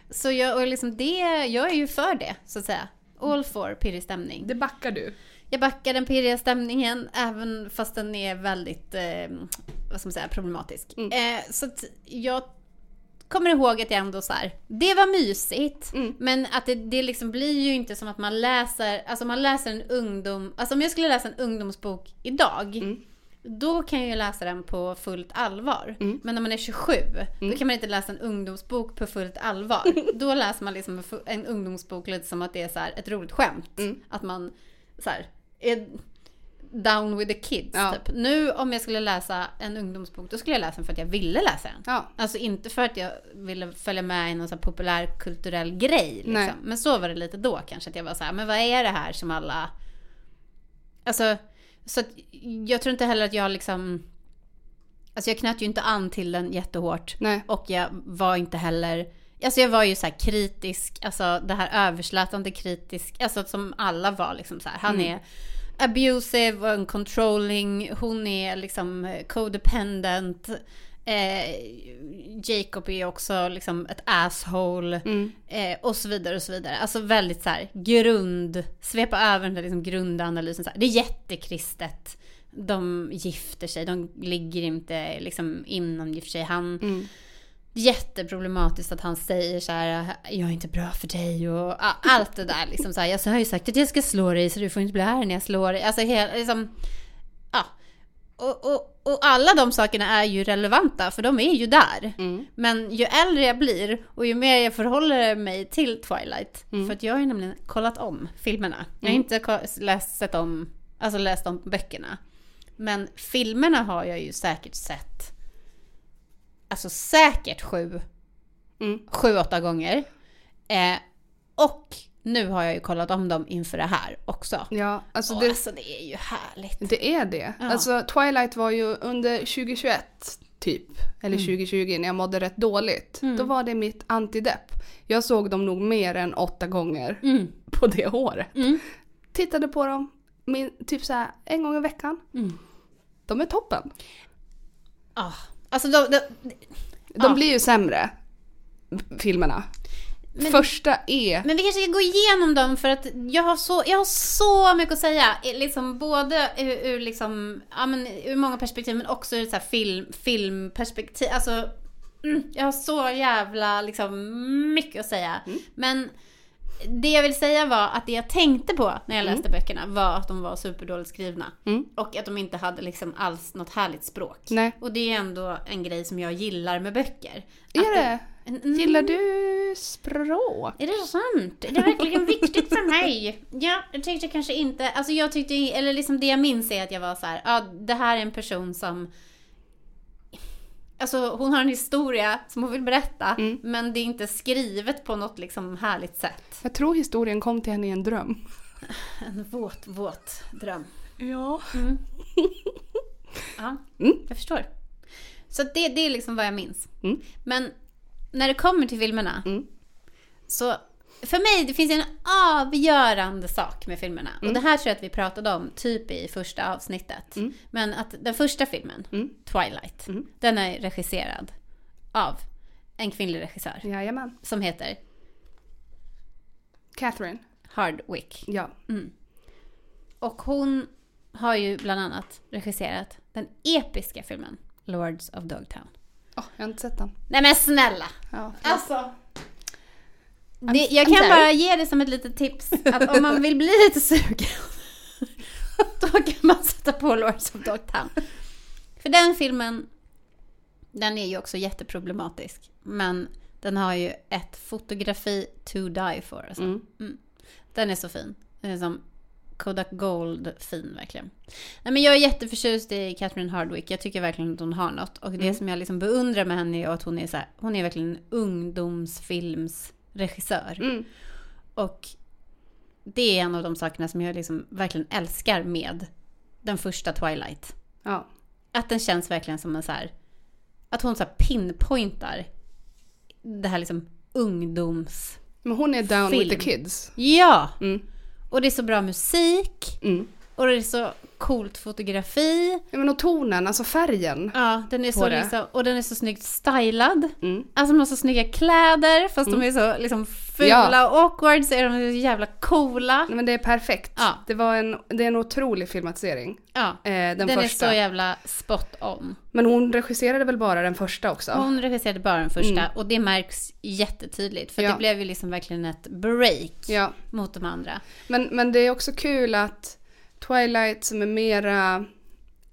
A: Så jag, och liksom det, jag är ju för det, så att säga. All for pirrig stämning.
B: Det backar du.
A: Jag backar den pirriga stämningen, även fast den är väldigt, eh, vad ska man säga, problematisk. Eh, så att jag kommer ihåg att jag ändå så här, det var mysigt, men att det, det liksom blir ju inte som att man läser, alltså man läser en ungdom, alltså om jag skulle läsa en ungdomsbok idag, Då kan jag ju läsa den på fullt allvar. Men när man är 27, då kan man inte läsa en ungdomsbok på fullt allvar. då läser man liksom en fu- en ungdomsbok lite som att det är så här ett roligt skämt. Att man så här, är down with the kids.
B: Ja.
A: Typ. Nu om jag skulle läsa en ungdomsbok, då skulle jag läsa den för att jag ville läsa den.
B: Ja.
A: Alltså inte för att jag ville följa med i någon så här populärkulturell grej. Liksom.
B: Nej.
A: Men så var det lite då kanske, att jag var så här, men vad är det här som alla... Alltså, så att jag tror inte heller att jag liksom... Alltså jag knöt ju inte an till den jättehårt.
B: Nej.
A: Och jag var inte heller... Alltså jag var ju så här kritisk, alltså det här överslätande kritisk, alltså som alla var liksom så här. Han är abusive, och controlling, hon är liksom eh, codependent. Eh, Jacob är också liksom ett asshole. Eh, och så vidare och så vidare. Alltså väldigt så här grund, svepa över den där liksom grundanalysen. Så här. Det är jättekristet. De gifter sig, de ligger inte liksom innan gifter sig. Han, jätteproblematiskt att han säger så här, jag är inte bra för dig och ja, allt det där liksom så här, jag har ju sagt att jag ska slå dig så du får inte bli arg när jag slår dig. Alltså hela, liksom, ja. Och, och, och alla de sakerna är ju relevanta för de är ju där. Men ju äldre jag blir och ju mer jag förhåller mig till Twilight, för att jag har ju nämligen kollat om filmerna. Jag har inte ko- läst, sett om, alltså läst om böckerna. Men filmerna har jag ju säkert sett alltså säkert sju,
B: Mm.
A: sju åtta gånger. Eh, och nu har jag ju kollat om dem inför det här också.
B: Ja, alltså
A: Och
B: det,
A: alltså det är ju härligt.
B: det är det.
A: Ja.
B: Alltså Twilight var ju under 2021 typ,
A: Mm.
B: eller 2020 när jag mådde rätt dåligt. Då var det mitt antidepp. Jag såg dem nog mer än åtta gånger
A: Mm.
B: på det året.
A: Mm.
B: Tittade på dem min, typ så här, en gång i veckan.
A: Mm.
B: De är toppen.
A: Ah. Alltså de, de,
B: De
A: Ja.
B: blir ju sämre, filmerna.
A: Men-
B: Första E. är...
A: men vi kanske ska gå igenom dem för att jag har så, jag har så mycket att säga. Eh, Liksom både ur, ur, liksom, ja, men ur många perspektiv men också ur så här film, filmperspektiv. Alltså, mm, jag har så jävla liksom, mycket att säga.
B: Mm.
A: Men det jag vill säga var att det jag tänkte på när jag läste böckerna var att de var superdåligt skrivna.
B: Mm.
A: Och att de inte hade liksom alls något härligt språk.
B: Nej.
A: Och det är ändå en grej som jag gillar med böcker. Att
B: Är det?
A: Mm.
B: Gillar du språk?
A: Är det sant? Är det verkligen viktigt för mig? Ja, jag tyckte kanske inte... Alltså jag tyckte... Eller liksom det jag minns är att jag var så här, ja, det här är en person som... Alltså hon har en historia som hon vill berätta, men det är inte skrivet på något liksom härligt sätt.
B: Jag tror historien kom till henne i en dröm.
A: En våt, våt dröm.
B: Ja.
A: Ja,
B: Mm.
A: jag förstår. Så att det, det är liksom vad jag minns.
B: Mm.
A: Men när det kommer till filmerna
B: Mm.
A: så för mig det finns en avgörande sak med filmerna.
B: Mm.
A: Och det här tror jag att vi pratade om typ i första avsnittet. Men att den första filmen,
B: Mm.
A: Twilight, den är regisserad av en kvinnlig regissör
B: Jajamän.
A: som heter
B: Catherine.
A: Hardwick. Mm.
B: Ja.
A: Och hon har ju bland annat regisserat den episka filmen Lords of Dogtown.
B: Åh, jag har inte sett den.
A: Nej men snälla!
B: Ja.
C: Alltså.
A: Det, jag
C: I'm
A: kan
C: sorry.
A: bara ge det som ett litet tips. Att om man vill bli lite sugen. Då kan man sätta på Lords of Dogtown. För den filmen. Den är ju också jätteproblematisk. Men den har ju ett fotografi to die for. Alltså.
B: Mm.
A: Den är så fin. Den är som Kodak Gold fin verkligen. Nej, men jag är jätteförtjust i Catherine Hardwick. Jag tycker verkligen att hon har något. Och det som jag liksom beundrar med henne är att hon är, så här, hon är verkligen en ungdomsfilmsregissör.
B: Mm.
A: Och det är en av de sakerna som jag liksom verkligen älskar med den första Twilight.
B: Ja.
A: Att den känns verkligen som en så här... Att hon så här pinpointar det här liksom ungdoms...
B: Men hon är down with
A: Film.
B: the kids.
A: Ja!
B: Mm.
A: Och det är så bra musik.
B: Mm.
A: Och det är så coolt fotografi.
B: Ja, men och tonen, alltså färgen.
A: Ja, den är
B: På
A: så
B: det.
A: liksom, och den är så snyggt stylad.
B: Mm.
A: Alltså de har så snygga kläder fast de är så liksom fula
B: Ja.
A: och awkward så är de så jävla coola.
B: Nej, men det är perfekt.
A: Ja.
B: Det, var en, det är en otrolig filmatisering.
A: Ja.
B: Eh, den,
A: Den, är så
B: första.
A: jävla spot on.
B: Men hon regisserade väl bara den första också?
A: Hon regisserade bara den första och det märks jättetydligt. För
B: Ja.
A: det blev ju liksom verkligen ett break
B: Ja.
A: mot de andra.
B: Men, men det är också kul att Twilight som är mera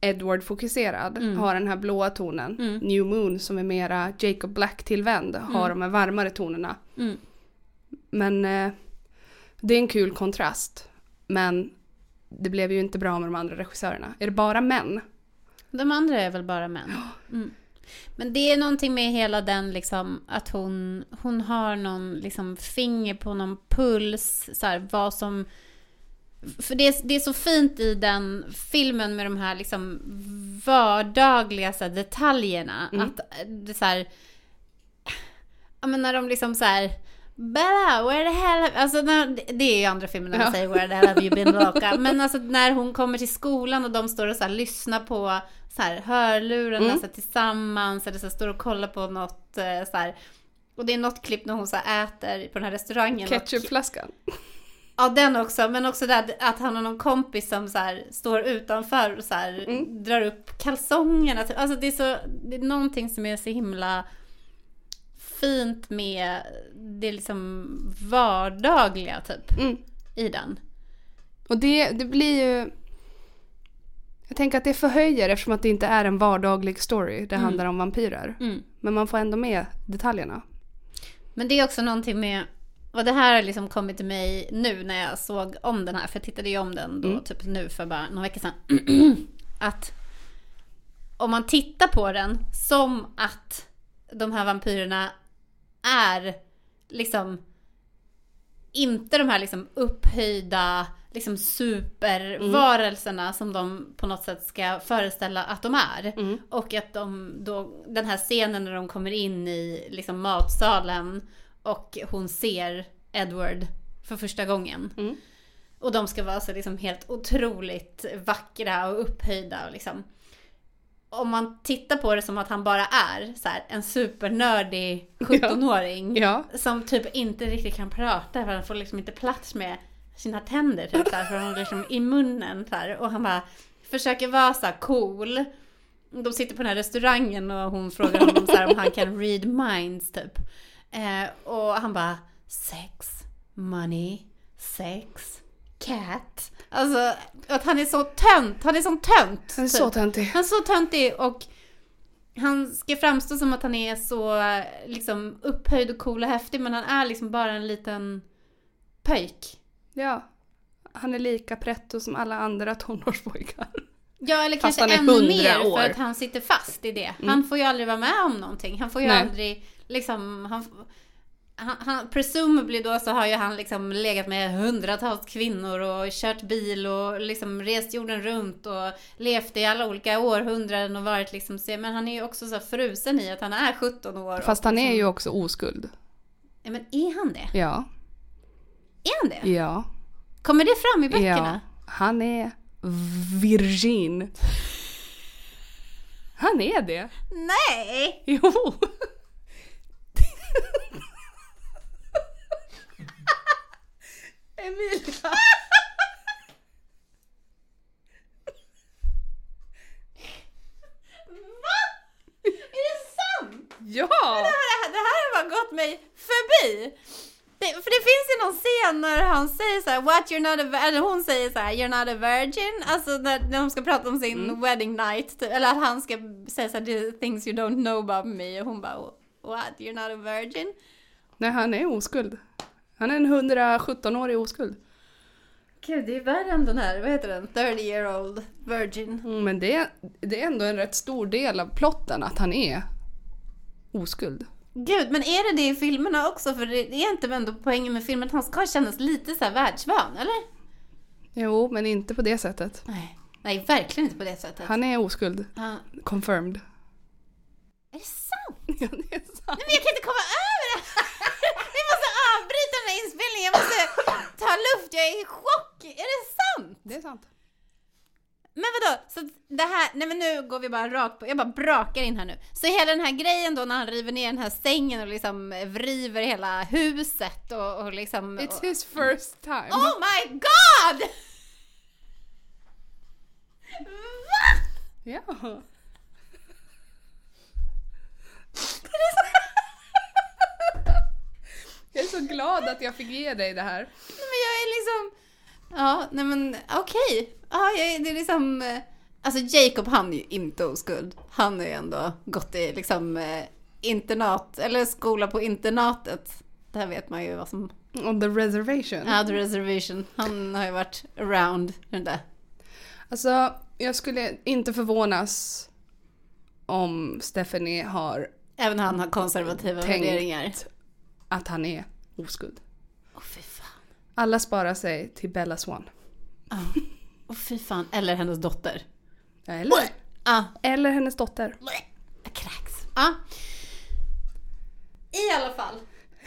B: Edward-fokuserad har den här blåa tonen. New Moon som är mera Jacob Black-tillvänd har de här varmare tonerna.
A: Mm.
B: Men eh, det är en kul kontrast. Men det blev ju inte bra med de andra regissörerna. Är det bara män?
A: De andra är väl bara män. Mm. Men det är någonting med hela den liksom att hon, hon har någon liksom finger på någon puls. Så här, vad som... För det är, det är så fint i den filmen med de här liksom vardagliga så här, detaljerna. Att eh, det är så här... Ja men när de liksom så här... Bella, where the hell... have-" Alltså när, det är ju i andra filmer när de
B: Ja.
A: säger where the hell have you been Loka. Men alltså när hon kommer till skolan och de står och så här lyssnar på så här hörlurarna så här, tillsammans eller så här, står och kollar på något eh, så här. Och det är något klipp när hon så här, äter på den här restaurangen. Och,
B: Ketchupflaskan?
A: ja den också, men också där att han har någon kompis som så här, står utanför och så här, drar upp kalsongerna. typ. Alltså det är så, det är någonting som är så himla fint med det liksom vardagliga typ
B: Mm.
A: i den.
B: Och det, det blir ju... Jag tänker att det förhöjer eftersom att det inte är en vardaglig story. Det handlar om vampyrer.
A: Mm.
B: Men man får ändå med detaljerna.
A: Men det är också någonting med, och det här har liksom kommit till mig nu när jag såg om den här, för jag tittade ju om den då typ nu för bara några veckor sedan. att om man tittar på den som att de här vampyrerna är liksom inte de här liksom upphöjda liksom supervarelserna som de på något sätt ska föreställa att de är. Och att de då, den här scenen när de kommer in i liksom matsalen och hon ser Edward för första gången.
B: Mm.
A: Och de ska vara så liksom helt otroligt vackra och upphöjda och liksom. Om man tittar på det som att han bara är så här, en supernördig 17-åring
B: Ja.
A: som typ inte riktigt kan prata för han får liksom inte plats med sina tänder typ så här, för hon är liksom i munnen så här, och han bara försöker vara så här cool. De sitter på den här restaurangen och hon frågar honom så här, om han kan read minds typ. Eh, och han bara sex, money, sex, cat. Alltså att han är så tönt, han är som tönt. typ.
B: Den är så töntig.
A: Han är så töntig och han ska framstå som att han är så eh, liksom upphöjd och cool och häftig men han är liksom bara en liten pöjk.
B: Ja. Han är lika pretto som alla andra tonårspojkar.
A: Ja eller
B: Fast
A: kanske
B: han är
A: ännu
B: 100
A: mer
B: år. Mm.
A: för att han sitter fast i det. Han får ju aldrig vara med om någonting. Han får ju
B: Nej.
A: aldrig liksom han, han, han, presumably då så har ju han liksom legat med hundratals kvinnor och kört bil och liksom rest jorden runt och levt i alla olika århundraden och varit liksom så- men han är ju också så här frusen i att han är 17 år.
B: Fast han är ju också oskuld.
A: Ja, men är han det?
B: Ja.
A: Är han det?
B: Ja.
A: Kommer det fram i
B: ja.
A: böckerna?
B: Han är virgin. Han är det.
A: Nej!
B: Jo.
A: Emilia! Va?
B: Ja!
A: Det här, det här har bara gått mig förbi. Det, för det finns ju någon scen när han säger så här, what you're not a, vir-" eller hon säger så här, you're not a virgin. Alltså när, när de ska prata om sin wedding night, typ, eller att han ska säga så här, "The things you don't know about me. Och hon bara, what, you're not a virgin?
B: Nej, han är oskuld. Han är en 117-årig oskuld.
A: Gud, det är värre än den här, vad heter den? 30 year old virgin.
B: Mm, men det, är- det är ändå en rätt stor del av plotten att han är oskuld.
A: Gud, men är det det i filmerna också? För det är inte ändå poängen med filmen att han ska kännas lite så här världsvan, eller?
B: Jo, men inte på det sättet.
A: Nej, nej verkligen inte på det sättet.
B: Han är oskuld.
A: Han...
B: Confirmed.
A: Är det sant?
B: Ja, det är sant.
A: Nej, men jag kan inte komma över det här! Vi måste avbryta den här inspelningen, jag måste ta luft, jag är i chock! Är det sant?
B: Det är sant.
A: Men vadå, så det här, nej men nu går vi bara rakt på, jag bara brakar in här nu. Så hela den här grejen då när han river ner den här sängen och liksom vriver hela huset och, och liksom...
B: It's
A: Och,
B: his first time.
A: oh my god! Va?
B: Ja. Jag är så glad att jag fick ge dig det här.
A: Nej, men jag är liksom... Ja, nej men okej. Ja, jag är, det är liksom... eh, Alltså Jacob han är ju inte oskuld. Han har ju ändå gått i liksom eh, internat, eller skola på internatet. Där vet man ju vad som...
B: On the reservation.
A: Ja, the reservation. Han har ju varit around den där.
B: Alltså, jag skulle inte förvånas om Stephanie har
A: Även han har konservativa
B: Tänkt.
A: värderingar.
B: att han är oskuld.
A: Åh fy fan.
B: Alla sparar sig till Bella Swan.
A: Ja. Åh fy fan. Eller hennes dotter.
B: Eller,
A: Ah.
B: eller hennes dotter.
A: Jag kräks. Ja. I alla fall.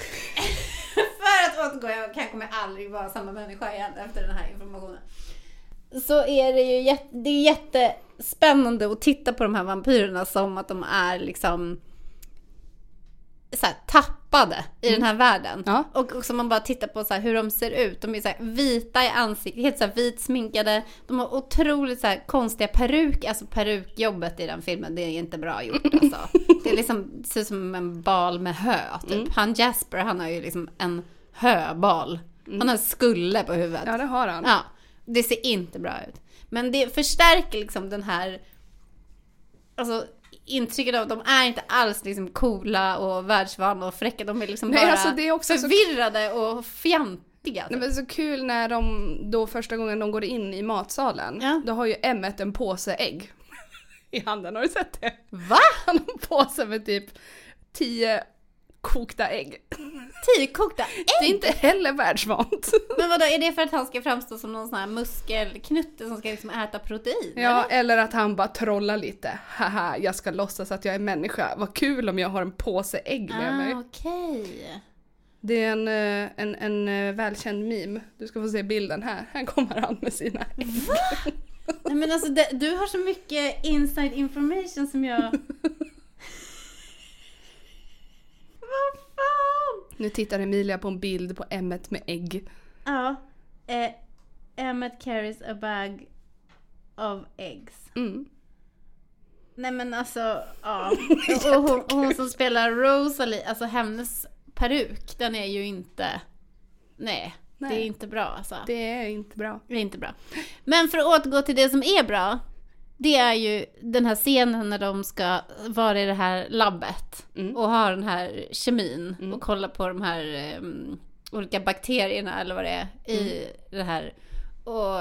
A: För att återgå, jag kan- kommer aldrig vara samma människa igen efter den här informationen. Så är det ju jätte, det är jättespännande att titta på de här vampyrerna som att de är liksom så här, tappade i den här världen.
B: Ja.
A: Och också man bara tittar på så här, hur de ser ut. De är så här, vita i ansiktet, helt så här vitsminkade. De har otroligt så här, konstiga peruk. Alltså perukjobbet i den filmen, det är inte bra gjort alltså. Det är liksom, det ser ut som en bal med hö typ.
B: Mm.
A: Han Jasper, han har ju liksom en höbal. Han har en skulle på huvudet.
B: Ja, det har han.
A: Ja, det ser inte bra ut. Men det förstärker liksom den här... Alltså intrycket av att de är inte alls liksom coola och världsvana och fräcka. De är liksom
B: Nej,
A: bara
B: alltså, det är också så-
A: förvirrade och fjantiga. alltså.
B: Nej, men så kul när de då första gången de går in i matsalen.
A: Ja.
B: Då har ju M en påse ägg i handen. Har du sett det?
A: Va?
B: Han har en påse med typ tio kokta ägg.
A: Tykokta
B: Det
A: ägg?
B: är inte heller världsvant.
A: Men vadå, är det för att han ska framstå som någon sån här muskelknutte som ska liksom äta protein?
B: Ja, eller att han bara trollar lite. Haha, jag ska låtsas att jag är människa. Vad kul om jag har en påse ägg med
A: eller?
B: mig.
A: Ah, okej.
B: Det är en, eh, en, en eh, välkänd meme. Du ska få se bilden här. Här kommer han med sina ägg.
A: Nej men alltså det, du har så mycket inside information som jag... Vad fan!
B: Nu tittar Emilia på en bild på M med ägg.
A: Ja. Eh, Emmet carries a bag of eggs.
B: Mm.
A: Nej men alltså, ja. Och hon, hon som spelar Rosalie, alltså hennes peruk, den är ju inte... Nej, det
B: Nej.
A: är inte bra alltså.
B: Det är inte bra.
A: Det är inte bra. Men för att återgå till det som är bra. Det är ju den här scenen när de ska vara i det här labbet
B: Mm.
A: och ha den här kemin och kolla på de här em, olika bakterierna eller vad det är i
B: Mm.
A: det här. Och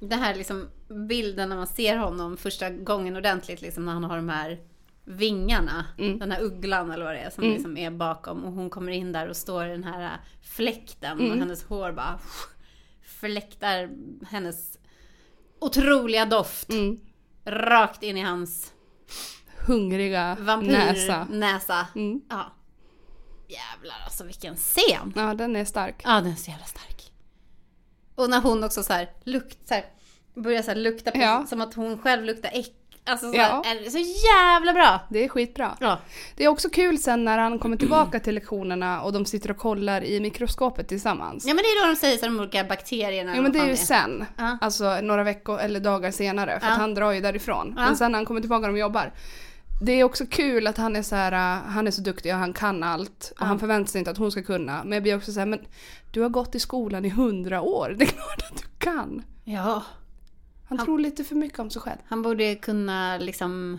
A: det här liksom bilden när man ser honom första gången ordentligt liksom när han har de här vingarna,
B: Mm.
A: den här ugglan eller vad det är som liksom är bakom och hon kommer in där och står i den här äh, fläkten
B: Mm.
A: och hennes hår bara fläktar hennes otroliga doft
B: Mm.
A: rakt in i hans
B: Hungriga
A: vampyrnäsa.
B: näsa.
A: Näsa.
B: Mm.
A: Ja. Jävlar alltså vilken scen!
B: Ja, den är stark.
A: Ja den är så jävla stark. Och när hon också så här, lukt, så här börjar så här lukta på,
B: Ja.
A: som att hon själv luktar äck. Alltså så,
B: Ja.
A: här, är det så jävla bra!
B: Det är skitbra.
A: Ja.
B: Det är också kul sen när han kommer tillbaka till lektionerna och de sitter och kollar i mikroskopet tillsammans.
A: Ja men det är då de säger så här, de olika bakterierna.
B: Ja men det är ju
A: sant.
B: sen,
A: Ja.
B: alltså några veckor eller dagar senare för
A: Ja.
B: att han drar ju därifrån.
A: Ja.
B: Men sen när han kommer tillbaka och de jobbar, det är också kul att han är så här, äh, han är så duktig och han kan allt. Och han förväntar sig inte att hon ska kunna. Men jag blir också så här, men du har gått i skolan i hundra år. Det är klart att du kan.
A: Ja.
B: Han, tror lite för mycket om sig själv.
A: Han borde kunna liksom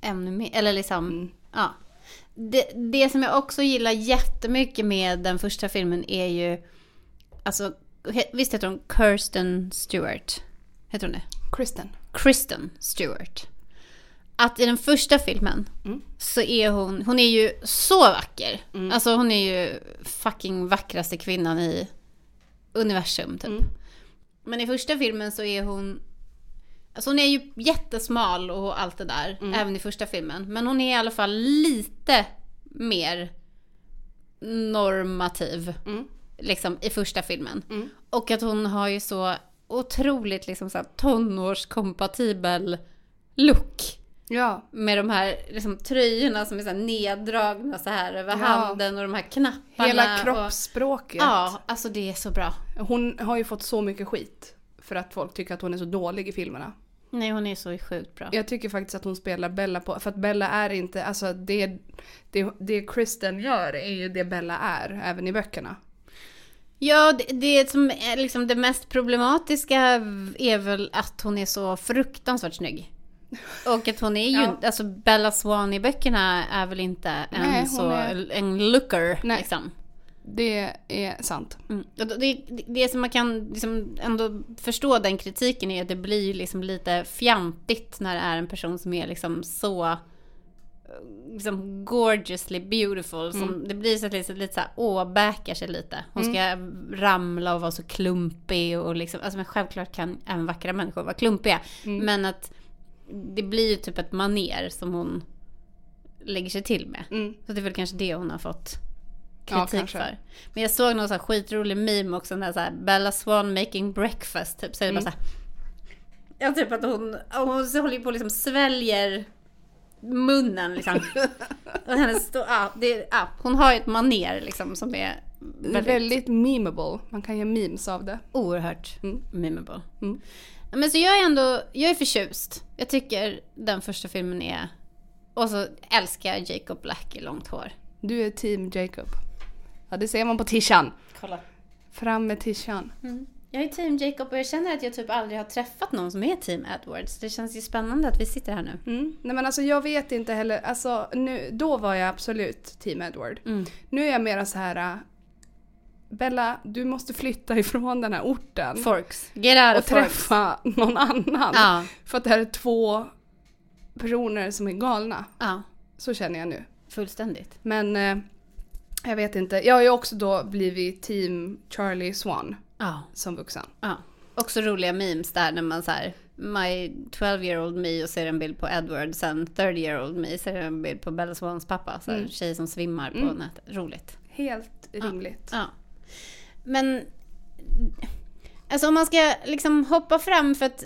A: ännu mer, eller liksom, ja. Det, det som jag också gillar jättemycket med den första filmen är ju, alltså, he- visst heter hon Kirsten Stewart? Heter hon det?
B: Kristen.
A: Kristen Stewart. Att i den första filmen så är hon, hon är ju så vacker. Alltså hon är ju fucking vackraste kvinnan i universum typ. Men i första filmen så är hon, alltså hon är ju jättesmal och allt det där, även i första filmen. Men hon är i alla fall lite mer normativ. Liksom i första filmen. Och att hon har ju så otroligt liksom så här tonårskompatibel look.
B: Ja.
A: Med de här liksom, tröjorna som är så här neddragna så här över handen och de här knapparna.
B: Hela
A: Och,
B: kroppsspråket.
A: ja, alltså det är så bra.
B: Hon har ju fått så mycket skit för att folk tycker att hon är så dålig i filmerna.
A: Nej, hon är så sjukt bra.
B: Jag tycker faktiskt att hon spelar Bella på, för att Bella är inte, alltså det, det, det Kristen gör är ju det Bella är, även i böckerna.
A: Ja, det, det som är liksom det mest problematiska är väl att hon är så fruktansvärt snygg. Och att hon är ju,
B: Ja.
A: alltså Bella Swan i böckerna är väl inte en,
B: Nej, hon
A: så,
B: är-
A: en looker
B: Nej.
A: liksom.
B: Det är sant.
A: Mm. Och då- Det, det, det som man kan liksom ändå förstå den kritiken är att det blir ju liksom lite fjantigt när det är en person som är liksom så eh, liksom gorgeously beautiful. Som, Det blir så att liksom lite, lite så här åbäkar sig lite. Hon ska ramla och vara så klumpig och liksom, alltså men självklart kan även vackra människor vara klumpiga. Men att det blir ju typ ett maner som hon lägger sig till med.
B: Mm.
A: Så det är väl kanske det hon har fått
B: Ja,
A: kritik
B: kanske.
A: för. Men jag såg någon så här skitrolig meme också, när så här Bella Swan making breakfast, typ. Så är det
B: Mm.
A: bara så här, ja, typ att hon, hon så håller ju på och liksom sväljer munnen liksom. och hennes, stå- ja, det, ja, hon har ju ett maner liksom som är
B: Det är
A: väldigt,
B: väldigt memeable, man kan göra memes av det.
A: oerhört memeable.
B: Mm.
A: Men så jag är ändå, jag är förtjust. Jag tycker den första filmen är, och så älskar jag Jacob Black i långt hår.
B: Du är team Jacob. Ja, det ser man på Tishan.
A: Kolla.
B: Fram med Tishan.
A: Jag är team Jacob och jag känner att jag typ aldrig har träffat någon som är team Edwards. Det känns ju spännande att vi sitter här nu.
B: Mm. Nej men alltså jag vet inte heller, alltså nu, då var jag absolut team Edward.
A: Mm.
B: Nu är jag mera så här. äh, Bella, du måste flytta ifrån den här orten.
A: Forks. Get out
B: och
A: of Forks.
B: träffa någon annan.
A: Ja.
B: För att det här är två personer som är galna.
A: Ja,
B: Så känner jag nu.
A: fullständigt.
B: Men eh, jag vet inte. Jag har ju också då blivit team Charlie Swan
A: Ja.
B: som vuxen.
A: ja. Också roliga memes där när man så här My 12 year old me och ser en bild på Edward. Sen 30 year old me ser en bild på Bella Swans pappa. Så här, Tjej som svimmar på nätet. Roligt.
B: Helt rimligt.
A: Ja. Men... Alltså om man ska liksom hoppa fram för att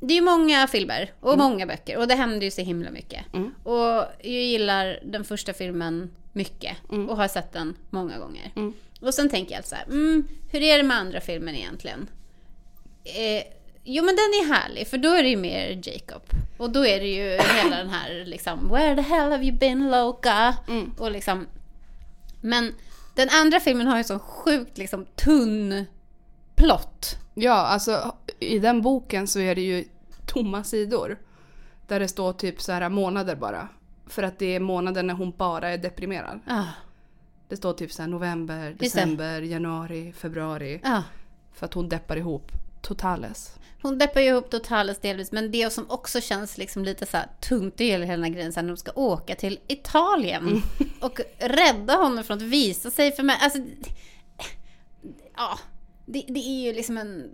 A: det är ju många filmer och många böcker och det händer ju så himla mycket. Och jag gillar den första filmen mycket och har sett den många gånger. Och sen tänker jag så här, mm, hur är det med andra filmen egentligen? Eh, jo men den är härlig för då är det ju mer Jacob. Och då är det ju hela den här liksom, where the hell have you been Loka? Och liksom, men den andra filmen har ju sån sjukt liksom tunn plott.
B: Ja, alltså i den boken så är det ju tomma sidor. Där det står typ så här månader bara. För att det är månaden när hon bara är deprimerad.
A: Ja,
B: Det står typ så här november,
A: det.
B: december, januari, februari.
A: ja.
B: För att hon deppar ihop totales.
A: Hon deppar ju ihop totalt delvis, men det som också känns liksom lite så här tungt i hela den här grejen, så här, när de ska åka till Italien
B: Mm.
A: och rädda honom från att visa sig för mig. Alltså, ja, det, det är ju liksom en...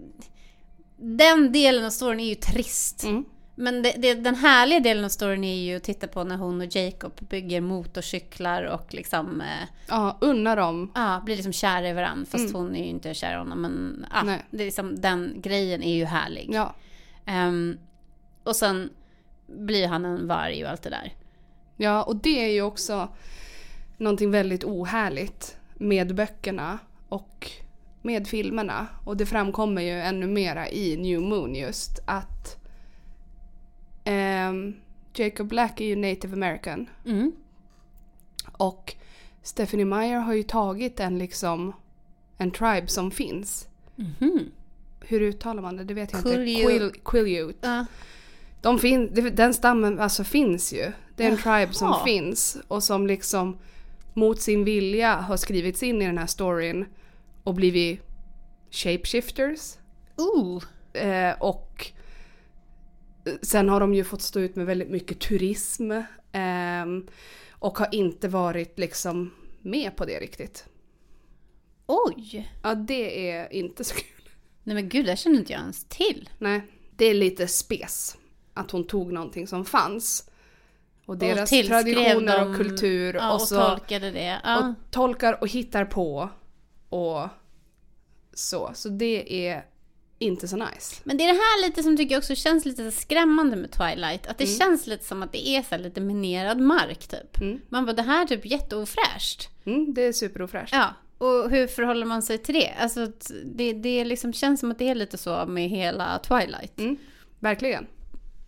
A: Den delen av storyn är ju trist.
B: Mm.
A: Men det, det, den härliga delen av storyn är ju att titta på när hon och Jacob bygger motorcyklar och liksom... Eh,
B: Ja, unna dem.
A: Ja, blir liksom kär i varandra. Fast hon är ju inte kär i honom. Men ja,
B: Mm. Nej.
A: det är liksom, den grejen är ju härlig.
B: Ja.
A: Ehm, och sen blir han en varg och allt det där.
B: Ja, och det är ju också någonting väldigt ohärligt med böckerna och med filmerna. Och det framkommer ju ännu mera i New Moon just att ehm, Jacob Black är ju native american.
A: Mm.
B: Och Stephanie Meyer har ju tagit en liksom en tribe som finns.
A: Mhm.
B: Hur uttalar man det? Det vet jag inte.
A: Quileute.
B: Quil, Quileute.
A: Ja.
B: De fin, det- den stammen alltså finns ju. Det är en tribe som
A: Jaha.
B: finns och som liksom mot sin vilja har skrivits in i den här storyn och blivit shapeshifters.
A: Ooh.
B: Eh, och sen har de ju fått stå ut med väldigt mycket turism. ehm, och har inte varit liksom med på det riktigt.
A: Oj!
B: Ja, det är inte så kul.
A: Nej men gud, det här känner inte jag ens till.
B: Nej, det är lite spes att hon tog någonting som fanns. Och deras
A: tillskrev
B: traditioner
A: dem-
B: och kultur.
A: Ja,
B: och,
A: och,
B: så,
A: tolkade det. Ja.
B: och tolkar och hittar på. Och så. Så det är inte så nice.
A: Men det är det här lite som tycker jag också känns lite så skrämmande med Twilight. Att det känns lite som att det är så här lite minerad mark typ.
B: Mm.
A: Man bara, det här är typ jätteofräscht.
B: Mm, det är superofräscht.
A: Ja, och hur förhåller man sig till det? Alltså att det, det liksom känns som att det är lite så med hela Twilight.
B: Mm, verkligen.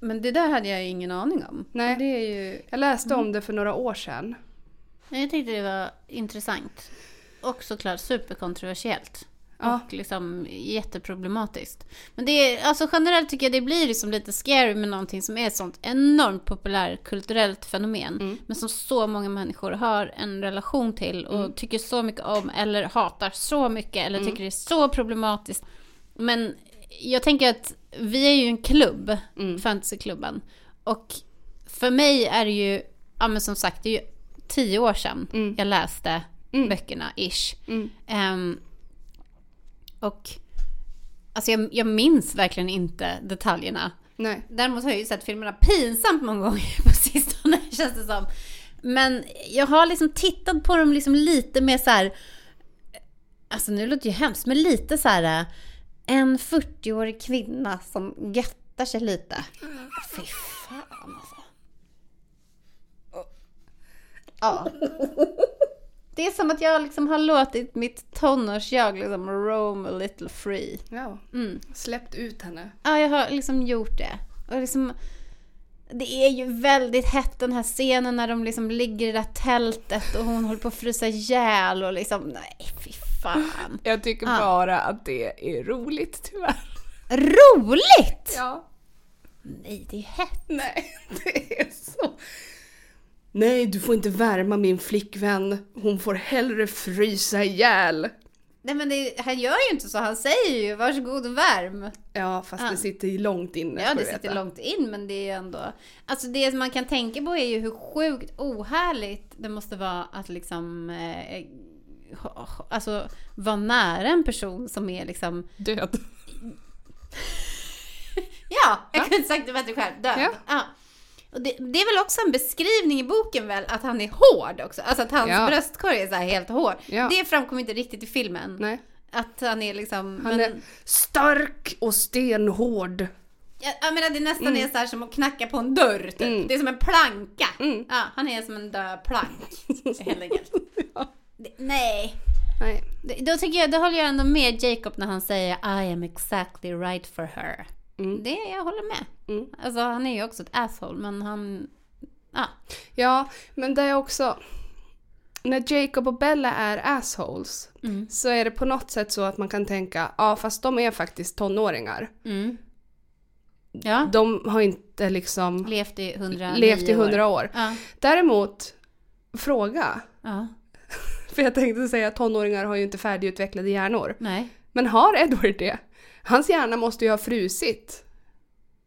A: Men det där hade jag ju ingen aning om.
B: Nej.
A: Det är ju... Mm.
B: Jag läste om det för några år sedan.
A: Nej, Jag tyckte det var intressant. Och såklart superkontroversiellt.
B: Ja.
A: Och liksom jätteproblematiskt. Men det är, alltså generellt tycker jag det blir liksom lite scary med någonting som är ett sånt enormt populärkulturellt fenomen. Men som så många människor har en relation till och tycker så mycket om eller hatar så mycket eller tycker det är så problematiskt. Men jag tänker att vi är ju en klubb, fantasyklubben. Och för mig är det ju, ja men som sagt, det är ju tio år sedan jag läste böckerna, ish. Ehm, och alltså jag, jag minns verkligen inte detaljerna.
B: Nej.
A: Däremot har jag ju sett filmerna pinsamt många gånger på sistone känns det som. Men jag har liksom tittat på dem liksom lite med så här. Alltså nu låter det ju hemskt men lite så här. eh, En 40-årig kvinna som göttar sig lite. Fy fan alltså. Ja. Det är som att jag liksom har låtit mitt tonårsjag liksom roam a little free.
B: Ja.
A: Mm.
B: Släppt ut henne.
A: Ja, jag har liksom gjort det. Och liksom, det är ju väldigt hett den här scenen när de liksom ligger i det där tältet och hon håller på att frysa ihjäl och liksom, nej fy fan.
B: Jag tycker
A: Ja.
B: bara att det är roligt tyvärr.
A: Roligt!
B: Ja.
A: Nej, det är hett.
B: Nej, det är så. Nej, du får inte värma min flickvän. Hon får hellre frysa ihjäl.
A: Nej men det, han gör ju inte så, han säger ju varsågod och värm.
B: Ja, fast det sitter ju långt inne.
A: Ah. Ja,
B: ska
A: det
B: du
A: sitter
B: veta.
A: långt in men det är ju ändå... Alltså det som man kan tänka på är ju hur sjukt ohärligt det måste vara att liksom... Eh, ha- ha- alltså vara nära en person som är liksom...
B: Död.
A: Ja, jag kunde sagt det bättre själv. Död.
B: Ja.
A: Ja. Och det, det är väl också en beskrivning i boken väl, att han är hård också. Alltså att hans
B: Ja.
A: bröstkorg är så här helt hård.
B: Ja.
A: Det framkommer inte riktigt i filmen.
B: Nej.
A: Att han är liksom...
B: Han
A: men,
B: är stark och stenhård.
A: Jag, jag menar det nästan är så här som att knacka på en dörr typ. Det är som en planka.
B: Mm.
A: Ja, han är som en död plank helt enkelt.
B: Ja.
A: Det, nej.
B: Nej.
A: Det, då tycker jag, då håller jag ändå med Jacob när han säger I am exactly right for her.
B: Mm.
A: Det jag håller med.
B: Mm.
A: Alltså han är ju också ett asshole men han... Ja.
B: Ja, men det är också... När Jacob och Bella är assholes
A: Mm.
B: så är det på något sätt så att man kan tänka, ja fast de är faktiskt tonåringar.
A: Mm. Ja.
B: De har inte liksom
A: Levt i 100
B: levt i hundra år.
A: Ja.
B: Däremot, fråga.
A: ja.
B: För jag tänkte säga att tonåringar har ju inte färdigutvecklade hjärnor.
A: Nej.
B: Men har Edward det? Hans hjärna måste ju ha frusit.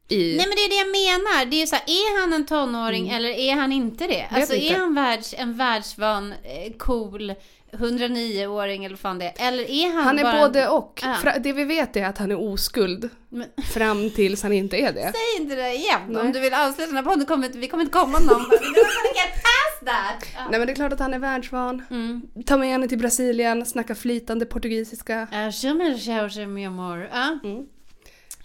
B: I... Mm.
A: Nej men det är det jag menar. Det är ju så här, är han en tonåring eller är han inte det? Alltså
B: inte.
A: är han världs, en världsvan, eh, cool 109-åring eller vad fan det är? Eller är han,
B: han är
A: bara...
B: både och.
A: Ja.
B: Fra- Det vi vet är att han är oskuld
A: Men,
B: fram tills han inte är det.
A: säg inte det igen
B: Nej.
A: om du vill avsluta den här podden. Kommer, inte- vi kommer inte komma någon vart. Vi kommer inte past that. Ja.
B: Nej men det är klart att han är världsvan.
A: Mm.
B: Ta med henne till Brasilien, snacka flytande portugisiska.
A: Ja, kör med- kör, kör med amor. Ja,
C: Mm.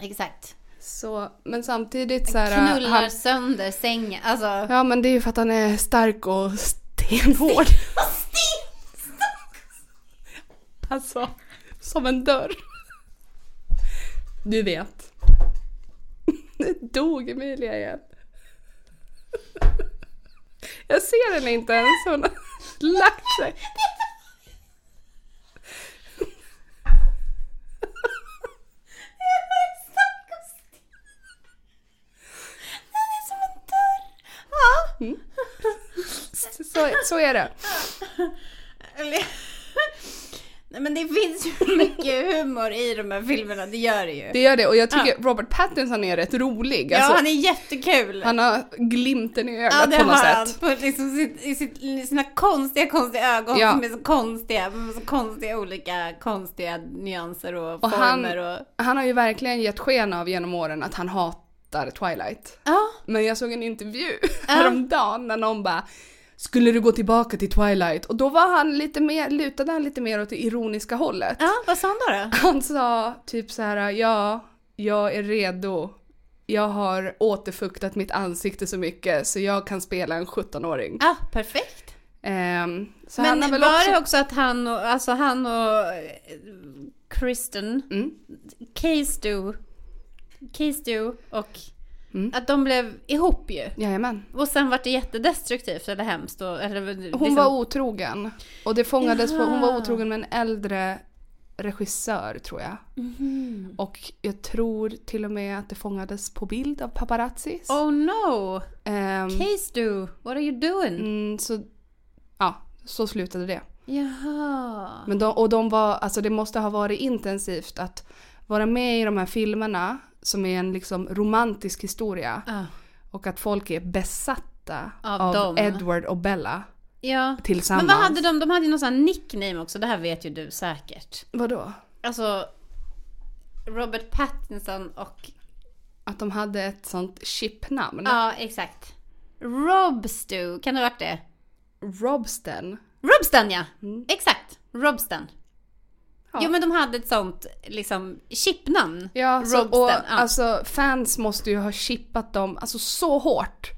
A: exakt.
B: Så, men samtidigt så här...
A: Knullar
B: Han,
A: sönder sängen. Alltså...
B: ja men det är ju för att han är stark och stenhård. Alltså, som en dörr. Du vet. Nu dog Emilia igen. Jag ser henne inte ens, hon har lagt sig.
C: Den är som en dörr! Ja.
B: Mm. Så, så är det.
C: Eller... Nej men det finns ju mycket humor i de här filmerna, det gör det ju.
B: Det gör det och jag tycker Robert Pattinson är rätt rolig. Alltså,
C: ja,
B: han,
C: han är jättekul.
B: har glimten i ögat
C: ja, det
B: på
C: har
B: något
C: han.
B: sätt.
C: På liksom sitt, i sitt, i sina konstiga, konstiga ögon
B: Ja.
C: som är så konstiga. med Så konstiga olika, konstiga nyanser och,
B: Och han-
C: former och...
B: Han har ju verkligen gett sken av genom åren att han hatar Twilight.
C: Ja.
B: Men jag såg en intervju häromdagen när någon bara “Skulle du gå tillbaka till Twilight?” och då var han lite mer, lutade han lite mer åt det ironiska hållet.
C: ja, vad sa han då? då?
B: Han sa typ så här: “Ja, jag är redo. Jag har återfuktat mitt ansikte så mycket så jag kan spela en 17-åring”.
C: Ja, perfekt.
B: Ehm, så han har
A: Men
B: väl
A: var
B: också...
A: det också att han och, alltså han och eh, Kristen,
B: Mm.
A: Case Do, Case Do och
B: Mm.
A: att de blev ihop ju.
B: Jajamän.
A: Och sen vart det jättedestruktivt eller hemskt. Och, eller,
B: Hon
C: liksom-
B: var otrogen. Och det fångades på, hon var otrogen med en äldre regissör tror jag.
A: Mm.
B: Och jag tror till och med att det fångades på bild av paparazzis.
A: Oh no!
B: Ehm,
A: Case Do, what are you doing?
B: mm, så, ja, så slutade det.
A: Jaha.
B: Men de, och de var, alltså det måste ha varit intensivt att vara med i de här filmerna som är en liksom romantisk historia
A: Ah.
B: och att folk är besatta
A: Av
B: av,
A: dem.
B: Edward och Bella
A: Ja. Men
B: tillsammans.
A: vad hade de? De hade ju någon sån här nickname också, det här vet ju du säkert.
B: Vadå?
A: Alltså, Robert Pattinson och...
B: Att de hade ett sånt chipnamn.
A: Ja, exakt. Robstu, kan det ha varit det?
B: Robsten.
A: Robsten ja! Exakt, Robsten.
B: Ja.
A: Jo men de hade ett sånt liksom chipnamn.
B: Ja, så,
A: Robsten,
B: och
A: ja.
B: alltså fans måste ju ha chippat dem alltså så hårt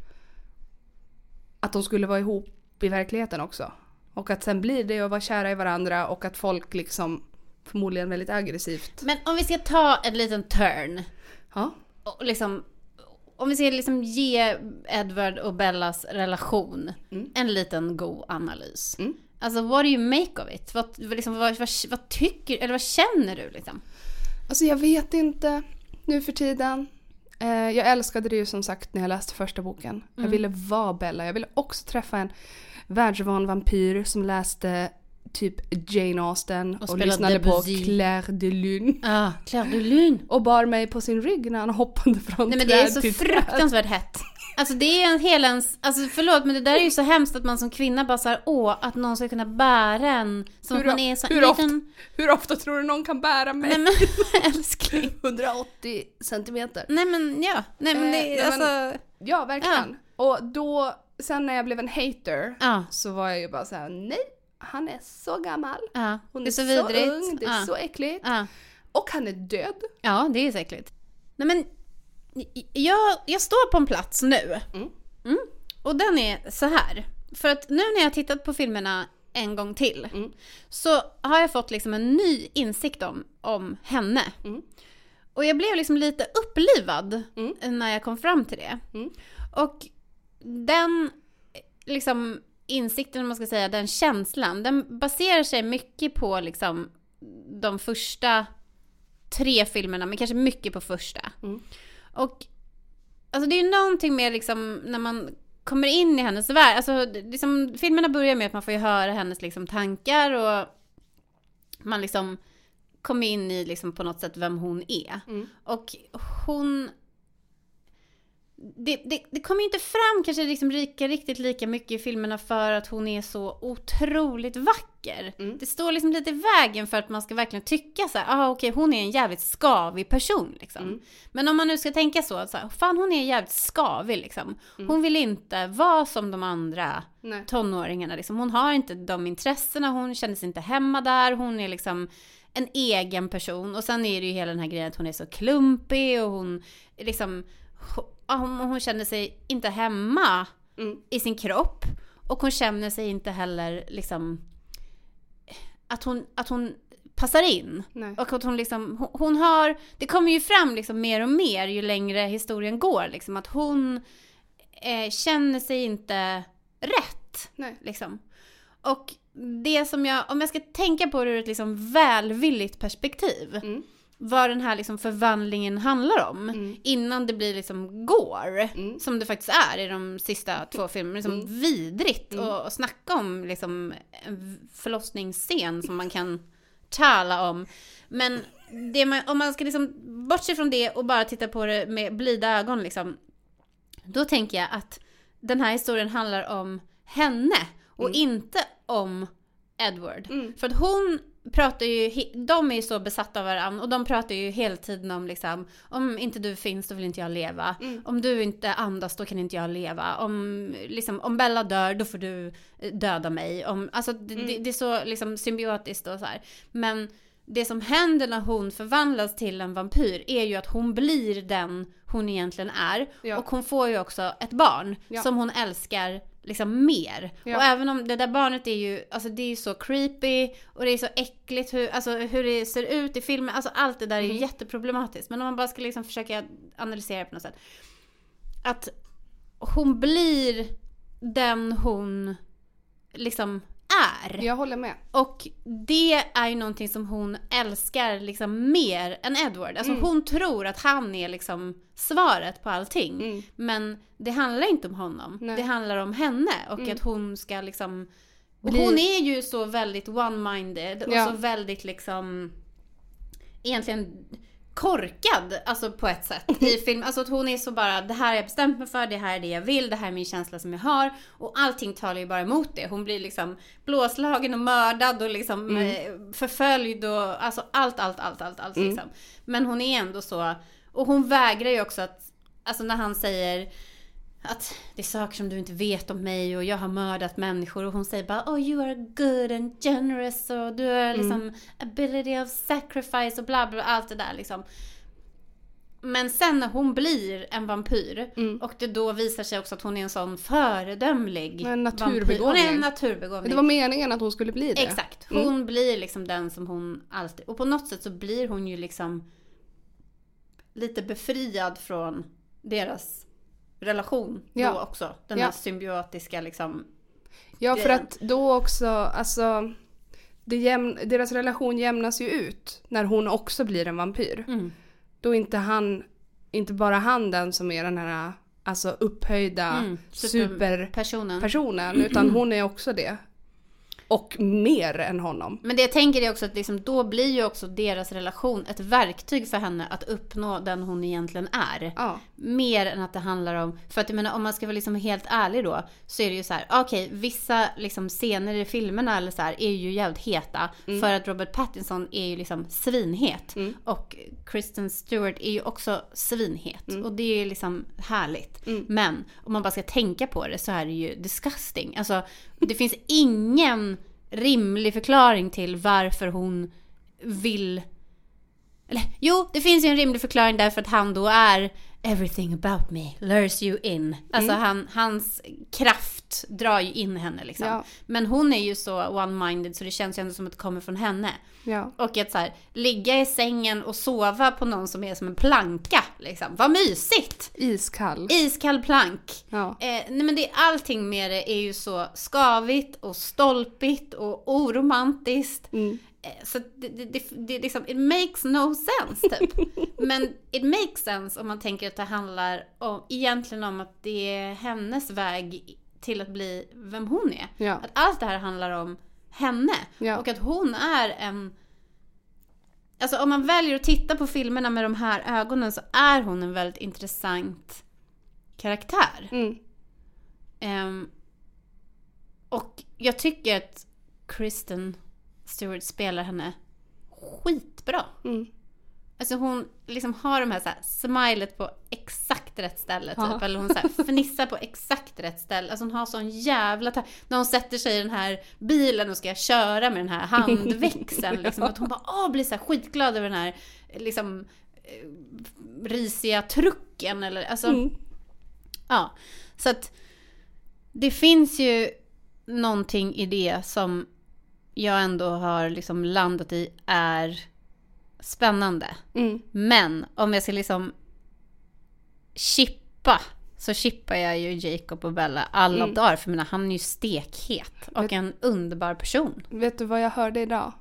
B: att de skulle vara ihop i verkligheten också. Och att sen blir det att vara kära i varandra och att folk liksom förmodligen väldigt aggressivt.
A: Men om vi ska ta en liten turn.
B: Ja.
A: Och liksom, om vi ska liksom ge Edward och Bellas relation en liten god analys.
B: Mm.
A: Alltså what do you make of it? Vad, vad liksom, vad, vad, vad tycker, eller vad känner du liksom?
B: Alltså jag vet inte nu för tiden. Eh, jag älskade det ju som sagt när jag läste första boken. Jag
A: Mm.
B: ville vara Bella. Jag ville också träffa en världsvan vampyr som läste typ Jane Austen och,
A: spelade
B: lyssnade
A: Debussy.
B: på Claire de Lune.
A: Ja, ah, Claire de Lune.
B: Och bar mig på sin rygg när han hoppade från
A: Nej men det
B: träd
A: är så
B: till träd.
A: fruktansvärt hett. Alltså det är en hel ens, alltså förlåt men det där är ju så hemskt att man som kvinna bara såhär, åh, att någon ska kunna bära en. Som
B: Hur,
A: att man är så
B: hur,
A: en
B: ofta, hur ofta tror du någon kan bära mig?
A: Nej men älskling.
B: 180 centimeter.
A: Nej men ja, nej men
B: Eh,
A: det
B: nej,
A: är
B: men-
A: alltså,
B: Ja, verkligen. Och då, sen när jag blev en hater
A: ja.
B: så var jag ju bara så här: nej, han är så gammal.
A: Ja,
B: Hon
A: det är så
B: ung,
A: vidrigt.
B: det är
A: ja.
B: så äckligt.
A: Ja.
B: Och han är död.
A: ja, det är så äckligt. Nej men, j- jag, jag står på en plats nu.
B: Mm.
A: Mm. Och den är så här. För att nu när jag har tittat på filmerna en gång till
B: Mm.
A: så har jag fått liksom en ny insikt om, om henne.
B: Mm.
A: Och jag blev liksom lite upplivad
B: Mm.
A: när jag kom fram till det.
B: Mm.
A: Och den eh, liksom insikten, om man ska säga, den känslan, den baserar sig mycket på liksom de första tre filmerna, men kanske mycket på första.
B: Mm.
A: Och alltså det är ju någonting med liksom när man kommer in i hennes värld, alltså det- liksom, filmerna börjar med att man får ju höra hennes liksom tankar och man liksom kommer in i liksom på något sätt vem hon är.
B: Mm.
A: Och hon det, det, det kommer ju inte fram kanske liksom lika, riktigt lika mycket i filmerna för att hon är så otroligt vacker.
B: Mm.
A: Det står liksom lite i vägen för att man ska verkligen tycka så här, ah, okej hon är en jävligt skavig person liksom.
B: Mm.
A: Men om man nu ska tänka så, så här, fan hon är jävligt skavig liksom. Hon vill inte vara som de andra
B: Nej.
A: tonåringarna liksom. Hon har inte de intressena, hon känner sig inte hemma där, hon är liksom en egen person. Och sen är det ju hela den här grejen att hon är så klumpig och hon är liksom, ja, hon, hon känner sig inte hemma
B: Mm.
A: i sin kropp. Och hon känner sig inte heller liksom, att hon, att hon passar in.
B: Nej.
A: Och att hon liksom, hon, hon har, det kommer ju fram liksom mer och mer ju längre historien går liksom att hon eh, känner sig inte rätt.
B: Nej.
A: Liksom. Och det som jag, om jag ska tänka på det ur ett liksom välvilligt perspektiv,
B: Mm.
A: vad den här liksom förvandlingen handlar om,
B: Mm.
A: innan det blir liksom går,
B: Mm.
A: som det faktiskt är i de sista två filmerna, liksom vidrigt
B: Mm.
A: och, och snacka om liksom en förlossningsscen som man kan tala om. Men det man, om man ska liksom bortse från det och bara titta på det med blida ögon liksom, då tänker jag att den här historien handlar om henne och inte om Edward.
B: Mm.
A: För att hon pratar ju, he- de är ju så besatta av varandra och de pratar ju hela tiden om liksom, om inte du finns då vill inte jag leva.
B: Mm.
A: Om du inte andas då kan inte jag leva. Om, liksom, om Bella dör då får du eh, döda mig. Om, alltså det, det,
B: Mm.
A: det är så liksom symbiotiskt och så här. Men det som händer när hon förvandlas till en vampyr är ju att hon blir den hon egentligen är.
B: Ja.
A: Och hon får ju också ett barn
B: Ja.
A: som hon älskar liksom mer.
B: Ja.
A: Och även om det där barnet är ju, alltså det är ju så creepy och det är så äckligt hur, alltså hur det ser ut i filmen. Alltså allt det där är ju jätteproblematiskt. Men om man bara ska liksom försöka analysera på något sätt. Att hon blir den hon liksom är.
B: Jag håller med.
A: Och det är ju någonting som hon älskar liksom mer än Edward. Alltså hon tror att han är liksom svaret på allting.
B: Mm.
A: Men det handlar inte om honom.
B: Nej. Mm.
A: Det handlar om henne och att hon ska liksom... Och hon är ju så väldigt one-minded och
B: Ja.
A: så väldigt liksom... Egentligen korkad, alltså på ett sätt i film. Alltså att hon är så bara, det här har jag bestämt mig för, det här är det jag vill, det här är min känsla som jag har. Och allting talar ju bara emot det. Hon blir liksom blåslagen och mördad och liksom eh, förföljd och alltså allt, allt, allt, allt, allt liksom. Men hon är ändå så, och hon vägrar ju också att, alltså när han säger att det är saker som du inte vet om mig och jag har mördat människor och hon säger bara oh you are good and generous och du har
B: Mm.
A: liksom ability of sacrifice och bla bla allt det där liksom. Men sen när hon blir en vampyr
B: Mm.
A: och det då visar sig också att hon är en sån föredömlig
B: En
A: vampyr. Hon är en
B: naturbegåvning.
A: naturbegåvning.
B: Det var meningen att hon skulle bli det. Mm.
A: Exakt. Hon blir liksom den som hon alltid... Och på något sätt så blir hon ju liksom lite befriad från deras relation
B: Ja.
A: då också. Den
B: Ja.
A: här symbiotiska liksom...
B: Ja, för
A: grejen.
B: att då också, alltså, det jämn, deras relation jämnas ju ut när hon också blir en vampyr.
A: Mm.
B: Då är inte han, inte bara han den som är den här alltså upphöjda
A: Mm,
B: superpersonen,
A: Personen.
B: utan hon är också det. Och mer än honom.
A: Men det jag tänker är också att liksom, då blir ju också deras relation ett verktyg för henne att uppnå den hon egentligen är.
B: Ja,
A: Mer än att det handlar om, för att jag menar om man ska vara liksom helt ärlig då, så är det ju så här, okej vissa liksom scener i filmerna eller så här är ju jävligt heta. För att Robert Pattinson är ju liksom svinhet. Och Kristen Stewart är ju också svinhet. Och det är ju liksom härligt. Men om man bara ska tänka på det så är det ju disgusting. Alltså det finns ingen rimlig förklaring till varför hon vill eller, jo, det finns ju en rimlig förklaring därför att han då är Everything about me lures you in. Alltså han, hans kraft drar ju in henne liksom.
B: Ja.
A: Men hon är ju så one-minded så det känns ju ändå som att det kommer från henne.
B: ja.
A: Och att så här, ligga i sängen och sova på någon som är som en planka liksom. Vad mysigt!
B: Iskall.
A: Iskall plank.
B: Ja.
A: Eh, nej men det är allting med det är ju så skavigt och stolpigt och oromantiskt.
B: Mm.
A: Eh, Så det, det, det, det är liksom, it makes no sense typ. Men it makes sense om man tänker att det handlar om, egentligen om att det är hennes väg till att bli vem hon är.
B: Ja.
A: Att allt det här handlar om henne.
B: Ja.
A: Och att hon är en... Alltså om man väljer att titta på filmerna med de här ögonen så är hon en väldigt intressant karaktär.
B: Mm.
A: Ehm, och jag tycker att Kristen Stewart spelar henne skitbra.
B: Mm.
A: Alltså hon liksom har de här, så här smilet på exakt rätt ställe typ.
B: Ja.
A: Eller hon så här fnissar på exakt rätt ställe. Alltså hon har sån jävla... ta- När hon sätter sig i den här bilen och ska köra med den här handväxeln. liksom, att hon bara åh, blir så här skitglad över den här liksom eh, risiga trucken. Eller, alltså,
B: Mm.
A: Ja, så att det finns ju någonting i det som jag ändå har liksom landat i är spännande.
B: Mm.
A: Men om jag ska liksom chippa så chippar jag ju Jacob och Bella alla dagar. För jag menar, han är ju stekhet och en underbar person.
B: Vet du vad jag hörde idag?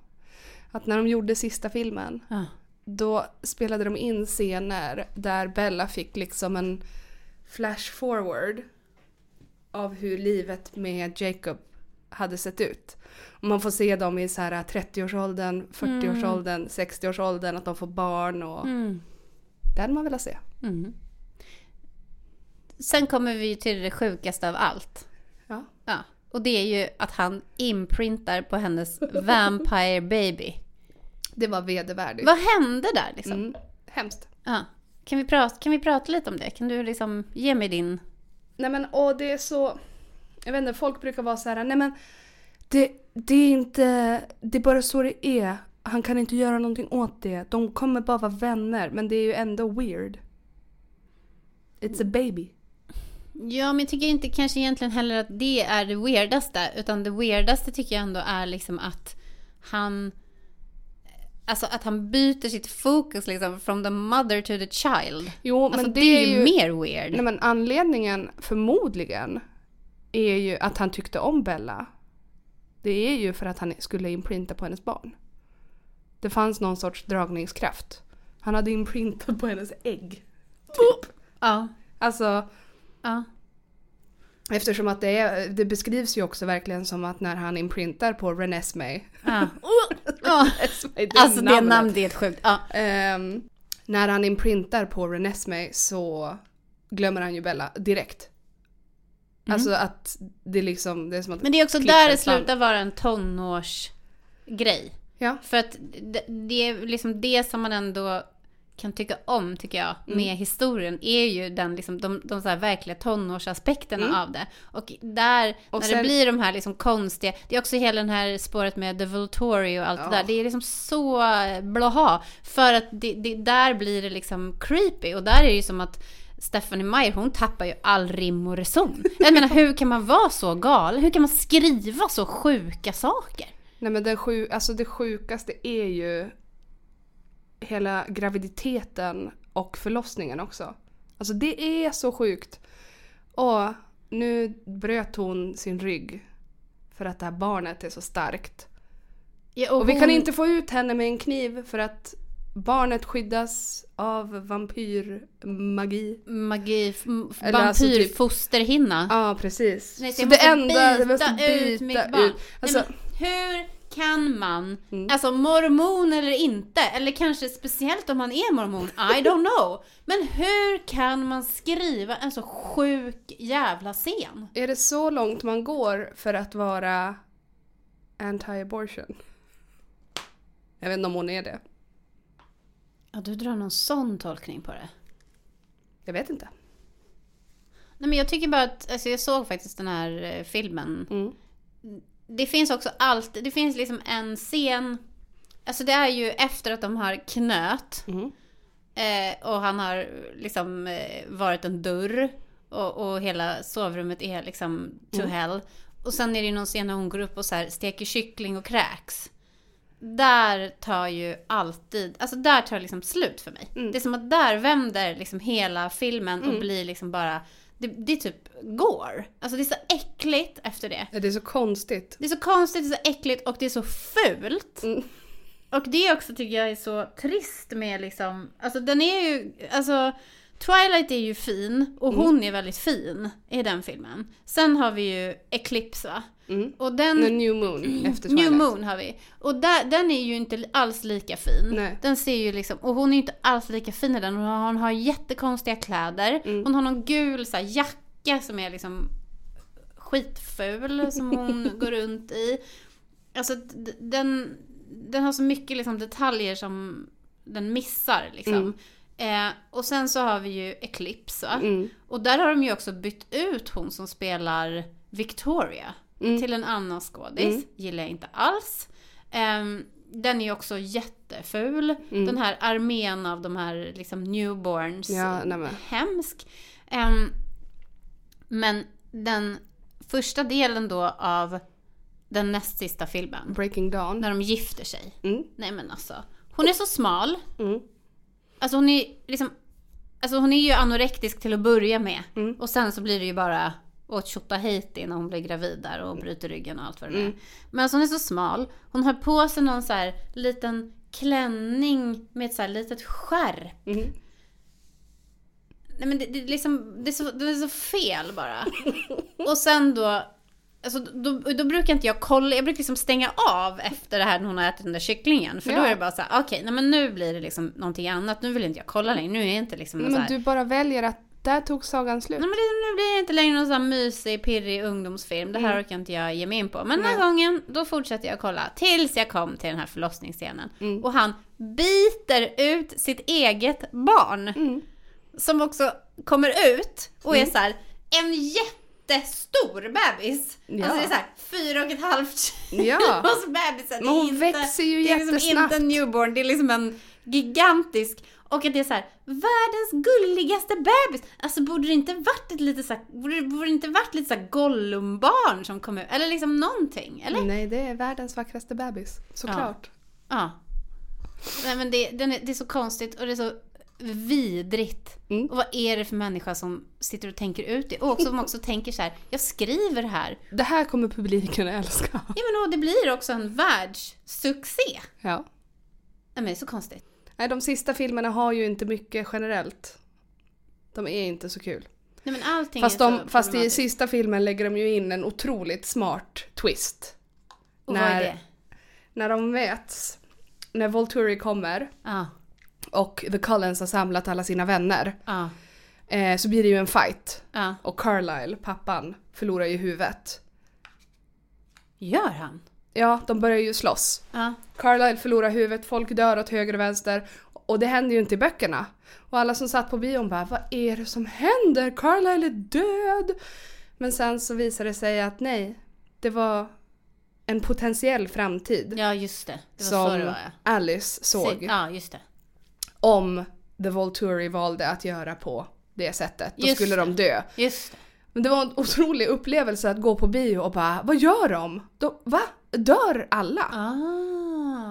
B: Att när de gjorde sista filmen,
A: Ja.
B: då spelade de in scener där Bella fick liksom en flash forward av hur livet med Jacob hade sett ut. Och Man får se dem i så här 30-årsåldern, 40-årsåldern, 60-årsåldern, att de får barn och
A: Mm.
B: det hade man velat se.
A: Sen kommer vi ju till det sjukaste av allt.
B: Ja.
A: Ja. Och det är ju att han inprintar på hennes Vampire Baby.
B: Det var vedervärdigt.
A: Vad hände där liksom?
B: Mm. Hemskt.
A: Ja. Kan, vi prata, kan vi prata lite om det? Kan du liksom ge mig din...
B: Nej men och det är så... Jag vet inte, folk brukar vara så här, nej men det, det är inte, det är bara så det är. Han kan inte göra någonting åt det. De kommer bara vara vänner, men det är ju ändå weird. It's a baby.
A: Ja, men jag tycker inte kanske egentligen heller att det är det weirdaste. Utan det weirdaste tycker jag ändå är liksom att han... Alltså att han byter sitt fokus liksom från the mother to the child.
B: Jo,
A: Alltså det, är ju mer weird.
B: Nej men anledningen, förmodligen, är ju att han tyckte om Bella. Det är ju för att han skulle imprinta på hennes barn. Det fanns någon sorts dragningskraft. Han hade imprintat på hennes ägg. Typ.
A: Ja,
B: Alltså,
A: ja.
B: eftersom att det, är, det beskrivs ju också verkligen som att när han imprintar på Renesmee.
A: ja. Oh! ja.
B: Renesmee, det
A: Alltså det
B: namnet.
A: namnet är helt sjukt. Ja.
B: Ehm, när han imprintar på Renesmee så glömmer han ju Bella direkt. Alltså att det liksom, det är som att...
A: Mm. Men det är också
B: klippa
A: där det
B: ett band.
A: slutar vara en tonårsgrej.
B: Ja.
A: För att det, det är liksom det som man ändå kan tycka om, tycker jag,
B: Mm.
A: med historien är ju den liksom, de, de så här verkliga tonårsaspekterna av det. Och där,
B: Mm. Och
A: när det
B: sen-
A: blir de här liksom konstiga, det är också hela den här spåret med The Volturi och allt det där. Det är liksom så eh, blaha. För att det, det, där blir det liksom creepy och där är det ju som att Stephanie Meyer, hon tappar ju all rim och reson. Jag menar, hur kan man vara så galen? Hur kan man skriva så sjuka saker?
B: Nej men den sju, alltså det sjukaste är ju hela graviditeten och förlossningen också. Alltså det är så sjukt. Och nu bröt hon sin rygg för att det här barnet är så starkt.
A: Ja,
B: Och vi kan
A: hon-
B: inte få ut henne med en kniv för att barnet skyddas av vampyrmagi.
A: magi, f-
B: Eller alltså typ-
A: vampyrfosterhinna.
B: Ja, precis.
A: Nej, så
B: så
A: jag
B: det
A: måste
B: enda,
A: byta
B: jag måste
A: ut mitt
B: byta
A: barn.
B: ut. Alltså, Mm.
A: Nej, men, hur kan man, alltså mormon eller inte, eller kanske speciellt om man är mormon, I don't know. Men hur kan man skriva en så sjuk jävla scen?
B: är det så långt man går för att vara anti-abortion? Jag vet inte om hon är det.
A: Ja, du drar någon sån tolkning på det.
B: Jag vet inte.
A: Nej men jag tycker bara att, alltså jag såg faktiskt den här eh, filmen.
B: Mm.
A: Det finns också allt, det finns liksom en scen, alltså det är ju efter att de har knöt.
B: Mm.
A: Eh, och han har liksom eh, varit en dörr. Och, och hela sovrummet är liksom to hell. Och sen är det ju någon scen när hon går upp och så här steker kyckling och kräks. Där tar ju alltid, alltså där tar det liksom slut för mig. Det är som att där vänder liksom hela filmen och blir liksom bara, det, det är typ gore. Alltså det är så äckligt efter det.
B: Det är så konstigt.
A: Det är så konstigt, det är så äckligt och det är så fult.
B: Mm.
A: Och det också tycker jag är så trist med liksom, alltså den är ju, alltså Twilight är ju fin och
B: Mm.
A: hon är väldigt fin i den filmen. Sen har vi ju Eclipse va?
B: Mm.
A: Och den,
B: The New Moon efter
A: Mm. New
B: Twilight.
A: Moon har vi. Och där, den är ju inte alls lika fin.
B: Nej.
A: Den ser ju liksom, och hon är ju inte alls lika fin i den. Hon har, hon har jättekonstiga kläder.
B: Mm.
A: Hon har någon gul så här, jacka som är liksom skitful som hon går runt i. Alltså d- den, den har så mycket liksom, detaljer som den missar liksom. Eh, och sen så har vi ju Eclipse va?
B: Mm.
A: Och där har de ju också bytt ut hon som spelar Victoria
B: Mm.
A: till en annan skådis. Gillar jag inte alls. Ehm, den är ju också jätteful.
B: Mm.
A: Den här armén av de här liksom newborns.
B: Ja, nej men.
A: Hemsk. Ehm, men den första delen då av den näst sista filmen.
B: Breaking Dawn.
A: När de gifter sig.
B: Mm.
A: Nej men alltså. Hon är så smal.
B: Mm.
A: Alltså hon är liksom Alltså hon är ju anorektisk till att börja med.
B: Mm.
A: Och sen så blir det ju bara åt tjottahejti när hon blir gravid där
B: Mm.
A: och bryter ryggen och allt vad det nu är. Men alltså hon är så smal. Hon har på sig någon så här liten klänning med ett så här litet skärp.
B: Mm.
A: Nej men det, det, är liksom, det, är så, det är så fel bara. Och sen då, alltså, då, då brukar inte jag kolla, jag brukar liksom stänga av efter det här när hon har ätit den där kycklingen. För då
B: Ja.
A: är det bara så här, okej, nej men nu blir det liksom någonting annat, nu vill inte jag kolla längre, nu är det inte liksom
B: Nej,
A: så
B: men
A: här,
B: du bara väljer att där tog sagan slut.
A: nej men det, nu blir det inte längre någon sån här mysig, pirrig ungdomsfilm, det här
B: Mm.
A: orkar inte jag ge mig in på. Men den här gången, då fortsätter jag kolla tills jag kom till den här förlossningsscenen.
B: Mm.
A: Och han biter ut sitt eget barn
B: Mm.
A: som också kommer ut och är så här en jättestor bebis.
B: Ja.
A: Alltså det är så här fyra och ett halvt
B: Ja.
A: kilos bebisen.
B: Men hon
A: Det är
B: växer ju
A: det är liksom
B: jättesnabbt.
A: inte en newborn, det är liksom en gigantisk och att det är så här, världens gulligaste bebis! Alltså borde det inte varit ett lite så här, borde, borde det inte varit lite så här Gollumbarn som kom ut? Eller liksom någonting, eller?
B: Nej, det är världens vackraste bebis. Såklart.
A: Ja. Nej men det, den är, det är så konstigt och det är så vidrigt.
B: Mm.
A: Och vad är det för människa som sitter och tänker ut det? Och också, som också tänker så här, jag skriver det här.
B: Det här kommer publiken att älska.
A: Ja men och det blir också en världssuccé.
B: Ja.
A: Nej men det är så konstigt.
B: Nej, de sista filmerna har ju inte mycket generellt. De är inte så kul.
A: Nej men allting
B: Fast,
A: är så
B: de, fast i
A: problematiskt.
B: sista filmen lägger de ju in en otroligt smart twist.
A: Och vad är
B: när-
A: det?
B: När de vet, när Volturi kommer
A: Ja.
B: och The Cullens har samlat alla sina vänner
A: Ja.
B: eh, så blir det ju en fight.
A: Ja.
B: Och Carlyle, pappan, förlorar ju huvudet.
A: Gör han?
B: Ja, de börjar ju slåss.
A: Ja.
B: Carlyle förlorar huvudet, folk dör åt höger och vänster. Och det händer ju inte i böckerna. Och alla som satt på bion bara “Vad är det som händer? Carlyle är död!” Men sen så visar det sig att nej, det var en potentiell framtid
A: Ja just det. Det var så
B: som
A: det var ja.
B: Alice såg
A: Se- Ja just det.
B: om The Volturi valde att göra på det sättet. Då
A: Just
B: skulle de dö.
A: Just det.
B: Men det var en otrolig upplevelse att gå på bio och bara “Vad gör de? de va? Dör alla?”
A: Ah.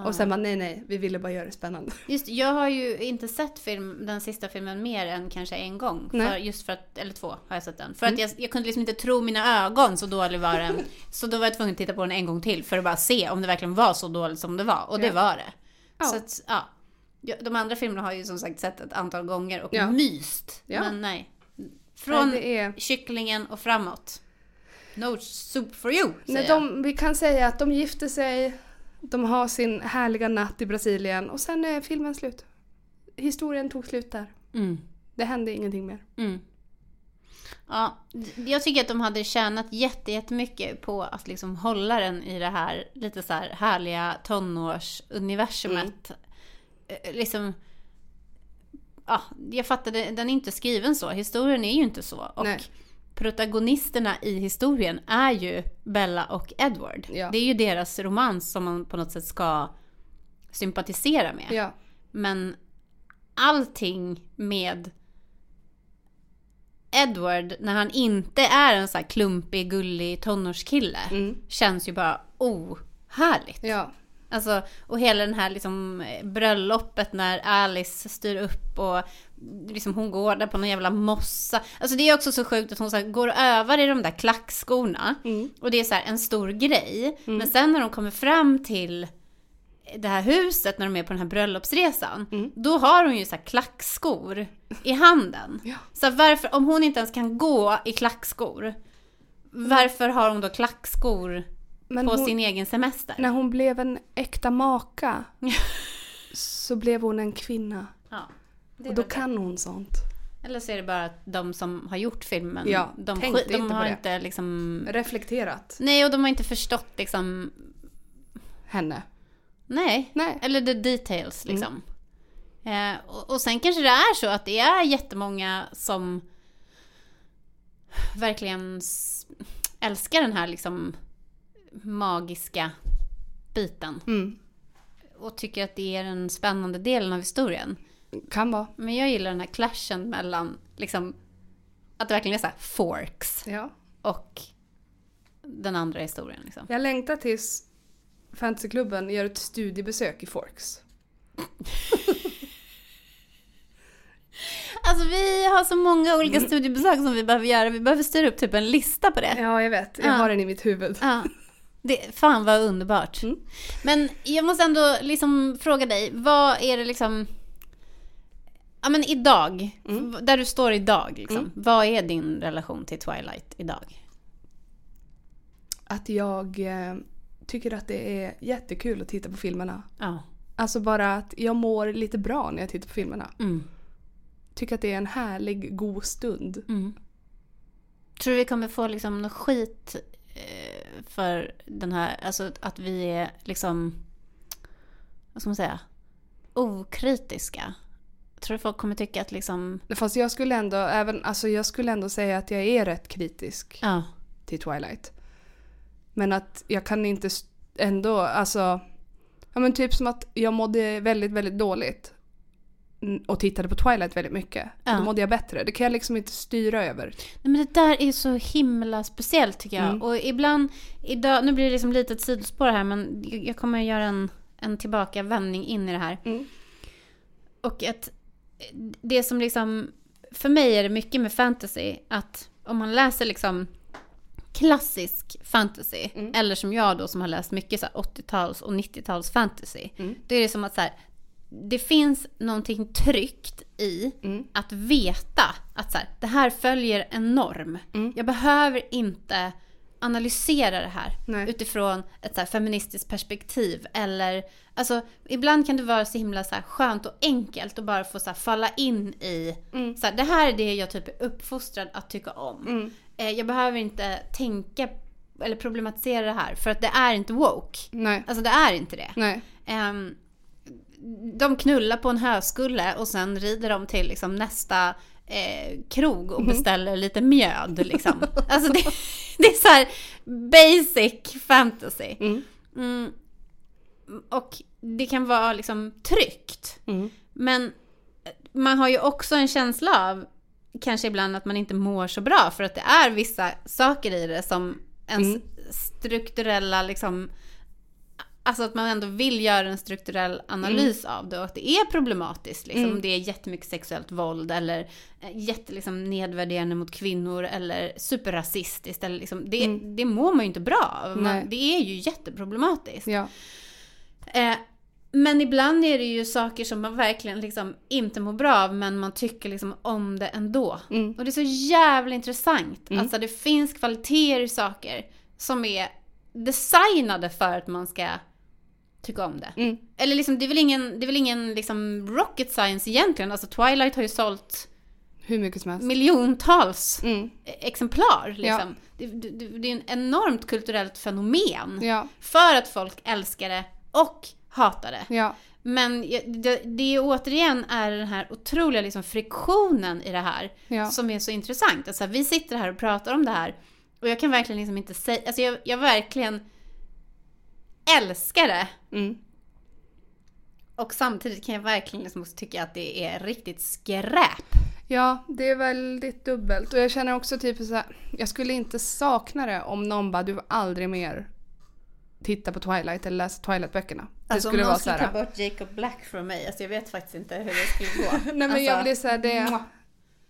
B: Och sen bara “Nej, nej, vi ville bara göra det spännande”.
A: Just det, jag har ju inte sett film, den sista filmen mer än kanske en gång.
B: Nej. Mm.
A: För, just för att, eller två har jag sett den. För att jag, jag kunde liksom inte tro mina ögon, så dålig var den. så då var jag tvungen att titta på den en gång till för att bara se om det verkligen var så dåligt som det var. Och det
B: Ja.
A: var det.
B: Ja.
A: Så att, ja. Ja, De andra filmerna har jag ju som sagt sett ett antal gånger och
B: Ja.
A: myst.
B: Ja.
A: Men nej. Från
B: Nej, det är...
A: kycklingen och framåt. No soup for you,
B: Nej,
A: säger
B: de, vi kan säga att de gifter sig, de har sin härliga natt i Brasilien och sen är filmen slut. Historien tog slut där.
A: jag. Mm.
B: Det hände ingenting mer.
A: Mm. Ja, d- jag tycker att de hade tjänat jätte- jättemycket på att liksom hålla den i det här lite så här härliga tonårsuniversumet. Eh, Liksom, ja, jag fattade, den är inte skriven så. Historien är ju inte så. Och
B: Nej.
A: protagonisterna i historien är ju Bella och Edward.
B: Ja.
A: Det är ju deras romans som man på något sätt ska sympatisera med.
B: Ja.
A: Men allting med Edward, när han inte är en så här klumpig, gullig tonårskille,
B: Mm.
A: känns ju bara ohärligt.
B: Ja.
A: Alltså, och hela den här liksom eh, bröllopet när Alice styr upp och liksom hon går där på någon jävla mossa. Alltså det är också så sjukt att hon så här går över i de där klackskorna.
B: Mm.
A: Och det är så här en stor grej. Men sen när de kommer fram till det här huset när de är på den här bröllopsresan.
B: Mm.
A: Då har hon ju så här klackskor i handen.
B: Ja.
A: Så varför, om hon inte ens kan gå i klackskor. Varför har hon då klackskor
B: Men
A: på
B: hon,
A: sin egen semester?
B: när hon blev en äkta maka så blev hon en kvinna.
A: Ja. Det är
B: Och då
A: väl-
B: kan hon sånt.
A: Eller så är det bara att de som har gjort filmen,
B: Ja,
A: de,
B: tänkte
A: skit- de
B: inte på
A: har
B: det.
A: inte liksom...
B: Reflekterat
A: Nej, och de har inte förstått liksom...
B: henne.
A: Nej.
B: Nej.
A: Eller the details liksom. Eh, och, och sen kanske det är så att det är jättemånga som verkligen s- älskar den här liksom magiska biten.
B: Mm.
A: Och tycker att det är den spännande delen av historien.
B: Kan vara.
A: Men jag gillar den här clashen mellan liksom att det verkligen är så här forks
B: Ja.
A: och den andra historien liksom.
B: Jag längtar tills Fantasyklubben gör ett studiebesök i Forks.
A: Alltså vi har så många olika studiebesök som vi behöver göra. Vi behöver styra upp typ en lista på det.
B: Ja, jag vet. Jag
A: Ja.
B: har den i mitt huvud.
A: Ja. Det, fan vad underbart.
B: Mm.
A: Men jag måste ändå liksom fråga dig, vad är det liksom... Ja men idag, v- där du står idag liksom. Vad är din relation till Twilight idag?
B: Att jag eh, tycker att det är jättekul att titta på filmerna.
A: Ja.
B: Alltså bara att jag mår lite bra när jag tittar på filmerna.
A: Mm.
B: Tycker att det är en härlig, god stund.
A: Mm. Tror du vi kommer få liksom något skit eh, för den här, alltså att vi är liksom, vad ska man säga, okritiska? Tror du folk kommer tycka att liksom,
B: Fast jag skulle ändå, även, alltså jag skulle ändå säga att jag är rätt kritisk
A: ja.
B: till Twilight. Men att jag kan inte st- ändå, alltså. Ja men typ som att jag mådde väldigt, väldigt dåligt. mm, Och tittade på Twilight väldigt mycket.
A: Ja.
B: Då mådde jag bättre. Det kan jag liksom inte styra över.
A: Nej, men det där är så himla speciellt tycker jag.
B: Mm.
A: Och ibland, idag, nu blir det liksom lite ett sidospår här men jag- jag kommer göra en, en tillbakavändning in i det här.
B: Mm.
A: Och att det som liksom, för mig är det mycket med fantasy att om man läser liksom klassisk fantasy, eller som jag då som har läst mycket så här 80-tals och 90-tals fantasy,
B: Mm.
A: då är det som att så här, det finns någonting tryggt i
B: Mm.
A: att veta att så här, det här följer en norm. Jag behöver inte analysera det här
B: Nej.
A: utifrån ett så här feministiskt perspektiv. Eller, alltså, ibland kan det vara så himla så här skönt och enkelt och bara få så här falla in i så här, det här är det jag typ är uppfostrad att tycka om. Eh, jag behöver inte tänka eller problematisera det här för att det är inte woke.
B: Nej.
A: Alltså det är inte det.
B: Nej.
A: Ehm, de knullar på en höskulle och sen rider de till liksom nästa eh, krog och beställer lite mjöd. Liksom. Alltså det, det är så här basic fantasy.
B: Mm.
A: Mm. Och det kan vara liksom tryggt.
B: Mm.
A: Men eh, man har ju också en känsla av kanske ibland att man inte mår så bra för att det är vissa saker i det som ens
B: Mm.
A: strukturella liksom Alltså att man ändå vill göra en strukturell analys
B: Mm.
A: av det och att det är problematiskt. Liksom. Om det är jättemycket sexuellt våld eller eh, jätte, liksom, nedvärderande mot kvinnor eller superrasistiskt. Eller, liksom, det, det mår man ju inte bra av.
B: Mm. Nej.
A: Man, det är ju jätteproblematiskt.
B: Ja.
A: Eh, men ibland är det ju saker som man verkligen liksom inte mår bra av men man tycker liksom om det ändå.
B: Mm.
A: Och det är så jävla intressant. Alltså det finns kvaliteter i saker som är designade för att man ska tycka om det.
B: Mm.
A: Eller liksom, det är väl ingen, det är väl ingen liksom rocket science egentligen. Alltså Twilight har ju sålt
B: Hur mycket som helst.
A: miljontals
B: Mm.
A: exemplar liksom. Det, det, det är ju ett enormt kulturellt fenomen.
B: Ja.
A: För att folk älskar det och hatar det.
B: Ja.
A: Men jag- det, det återigen är den här otroliga liksom friktionen i det här
B: Ja.
A: som är så intressant. Alltså, vi sitter här och pratar om det här och jag kan verkligen liksom inte säga, alltså jag, jag verkligen älskar det
B: Mm.
A: och samtidigt kan jag verkligen liksom också tycka att det är riktigt skräp.
B: Ja, det är väldigt dubbelt. Och jag känner också typ så här, jag skulle inte sakna det om någon bara, du får aldrig mer titta på Twilight eller läsa Twilight-böckerna. Det
A: Alltså,
B: skulle
A: om
B: vara
A: någon
B: så
A: skulle
B: här.
A: ta bort Jacob Black från mig, alltså jag vet faktiskt inte hur det skulle gå.
B: Nej men jag
A: Alltså,
B: blir såhär, det,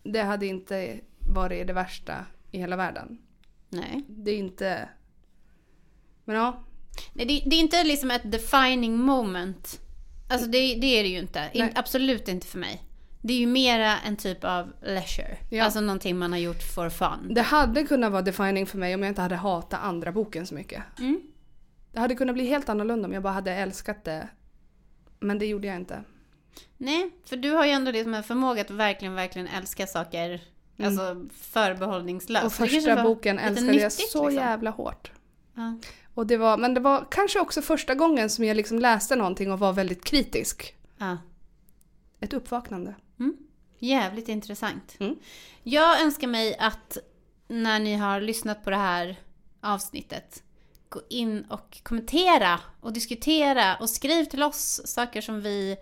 B: det hade inte varit det värsta i hela världen.
A: Nej.
B: Det är inte... Men ja.
A: Nej, det, det är inte liksom ett defining moment. Alltså det, det är det ju inte. In,
B: Nej.
A: absolut inte för mig. Det är ju mera en typ av leisure.
B: Ja.
A: Alltså någonting man har gjort for fun.
B: Det hade kunnat vara defining för mig om jag inte hade hatat andra boken så mycket.
A: Mm.
B: Det hade kunnat bli helt annorlunda om jag bara hade älskat det. Men det gjorde jag inte.
A: Nej, för du har ju ändå liksom en förmåga att verkligen, verkligen älska saker. Alltså förbehållningslöst.
B: Mm. Och
A: Det kanske
B: första
A: var
B: boken
A: lite
B: älskade jag
A: nyttigt,
B: så
A: liksom.
B: jävla hårt.
A: Ja.
B: Och det var, men det var kanske också första gången som jag liksom läste någonting och var väldigt kritisk.
A: ja.
B: Ett uppvaknande.
A: Jävligt intressant.
B: Mm.
A: Jag önskar mig att när ni har lyssnat på det här avsnittet gå in och kommentera och diskutera och skriv till oss saker som vi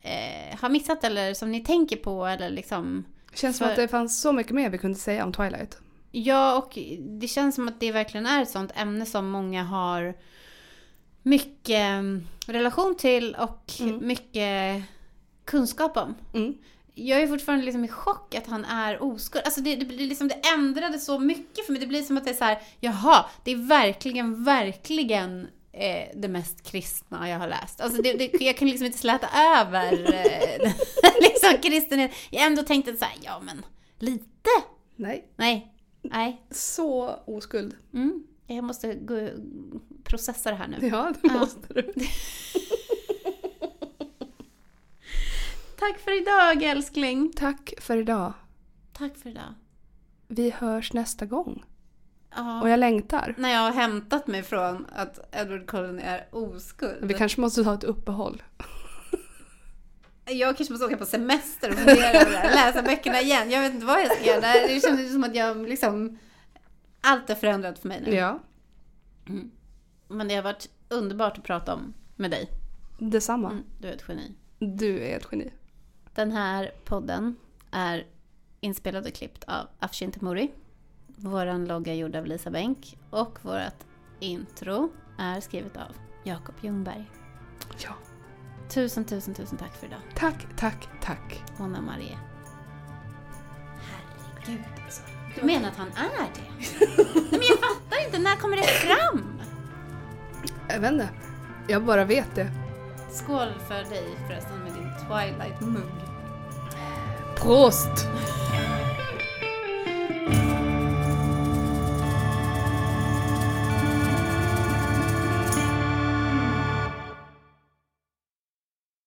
A: eh, har missat eller som ni tänker på eller liksom
B: Känns
A: För-
B: som att det fanns så mycket mer vi kunde säga om Twilight.
A: Ja, och det känns som att det verkligen är ett sånt ämne som många har mycket mm, eh, relation till och mycket kunskap om.
B: Mm.
A: jag är fortfarande liksom i chock att han är oskuld. Alltså det, det, blir liksom, det ändrade så mycket för mig. Det blir som att det är så här, jaha, det är verkligen, verkligen eh, det mest kristna jag har läst. Alltså det, det, jag kan liksom inte släta över eh, liksom kristenhet. Jag har ändå tänkte så här, ja men lite.
B: Nej.
A: Nej, nej.
B: Så oskuld.
A: Mm. Jag måste gå, processa det här nu.
B: Ja, det måste du.
A: Tack för idag älskling.
B: Tack för idag.
A: Tack för idag.
B: Vi hörs nästa gång.
A: Ja.
B: Och jag längtar.
A: När jag har hämtat mig från att Edward Cullen är oskuld.
B: Vi kanske måste ta ett uppehåll.
A: Jag kanske måste åka på semester och fundera över det här, läsa böckerna igen. Jag vet inte vad jag ska göra. Det här- Det känns som att jag liksom... Allt är förändrat för mig nu.
B: Ja.
A: Men det har varit underbart att prata om med dig.
B: Detsamma.
A: Mm, du är ett geni.
B: Du är ett geni.
A: Den här podden är inspelad och klippt av Afshin Temuri. Vår logga är gjord av Lisa Bänk och vårt intro är skrivet av Jakob Ljungberg.
B: Ja.
A: Tusen, tusen, tusen tack för idag.
B: Tack, tack, tack.
A: Mona Marie. Herregud alltså. Du menar att han är det? Nej men jag fattar inte, när kommer det fram?
B: Jag vet inte. Jag bara vet det.
A: Skål för dig förresten med din Twilight-mugg.
B: Prost!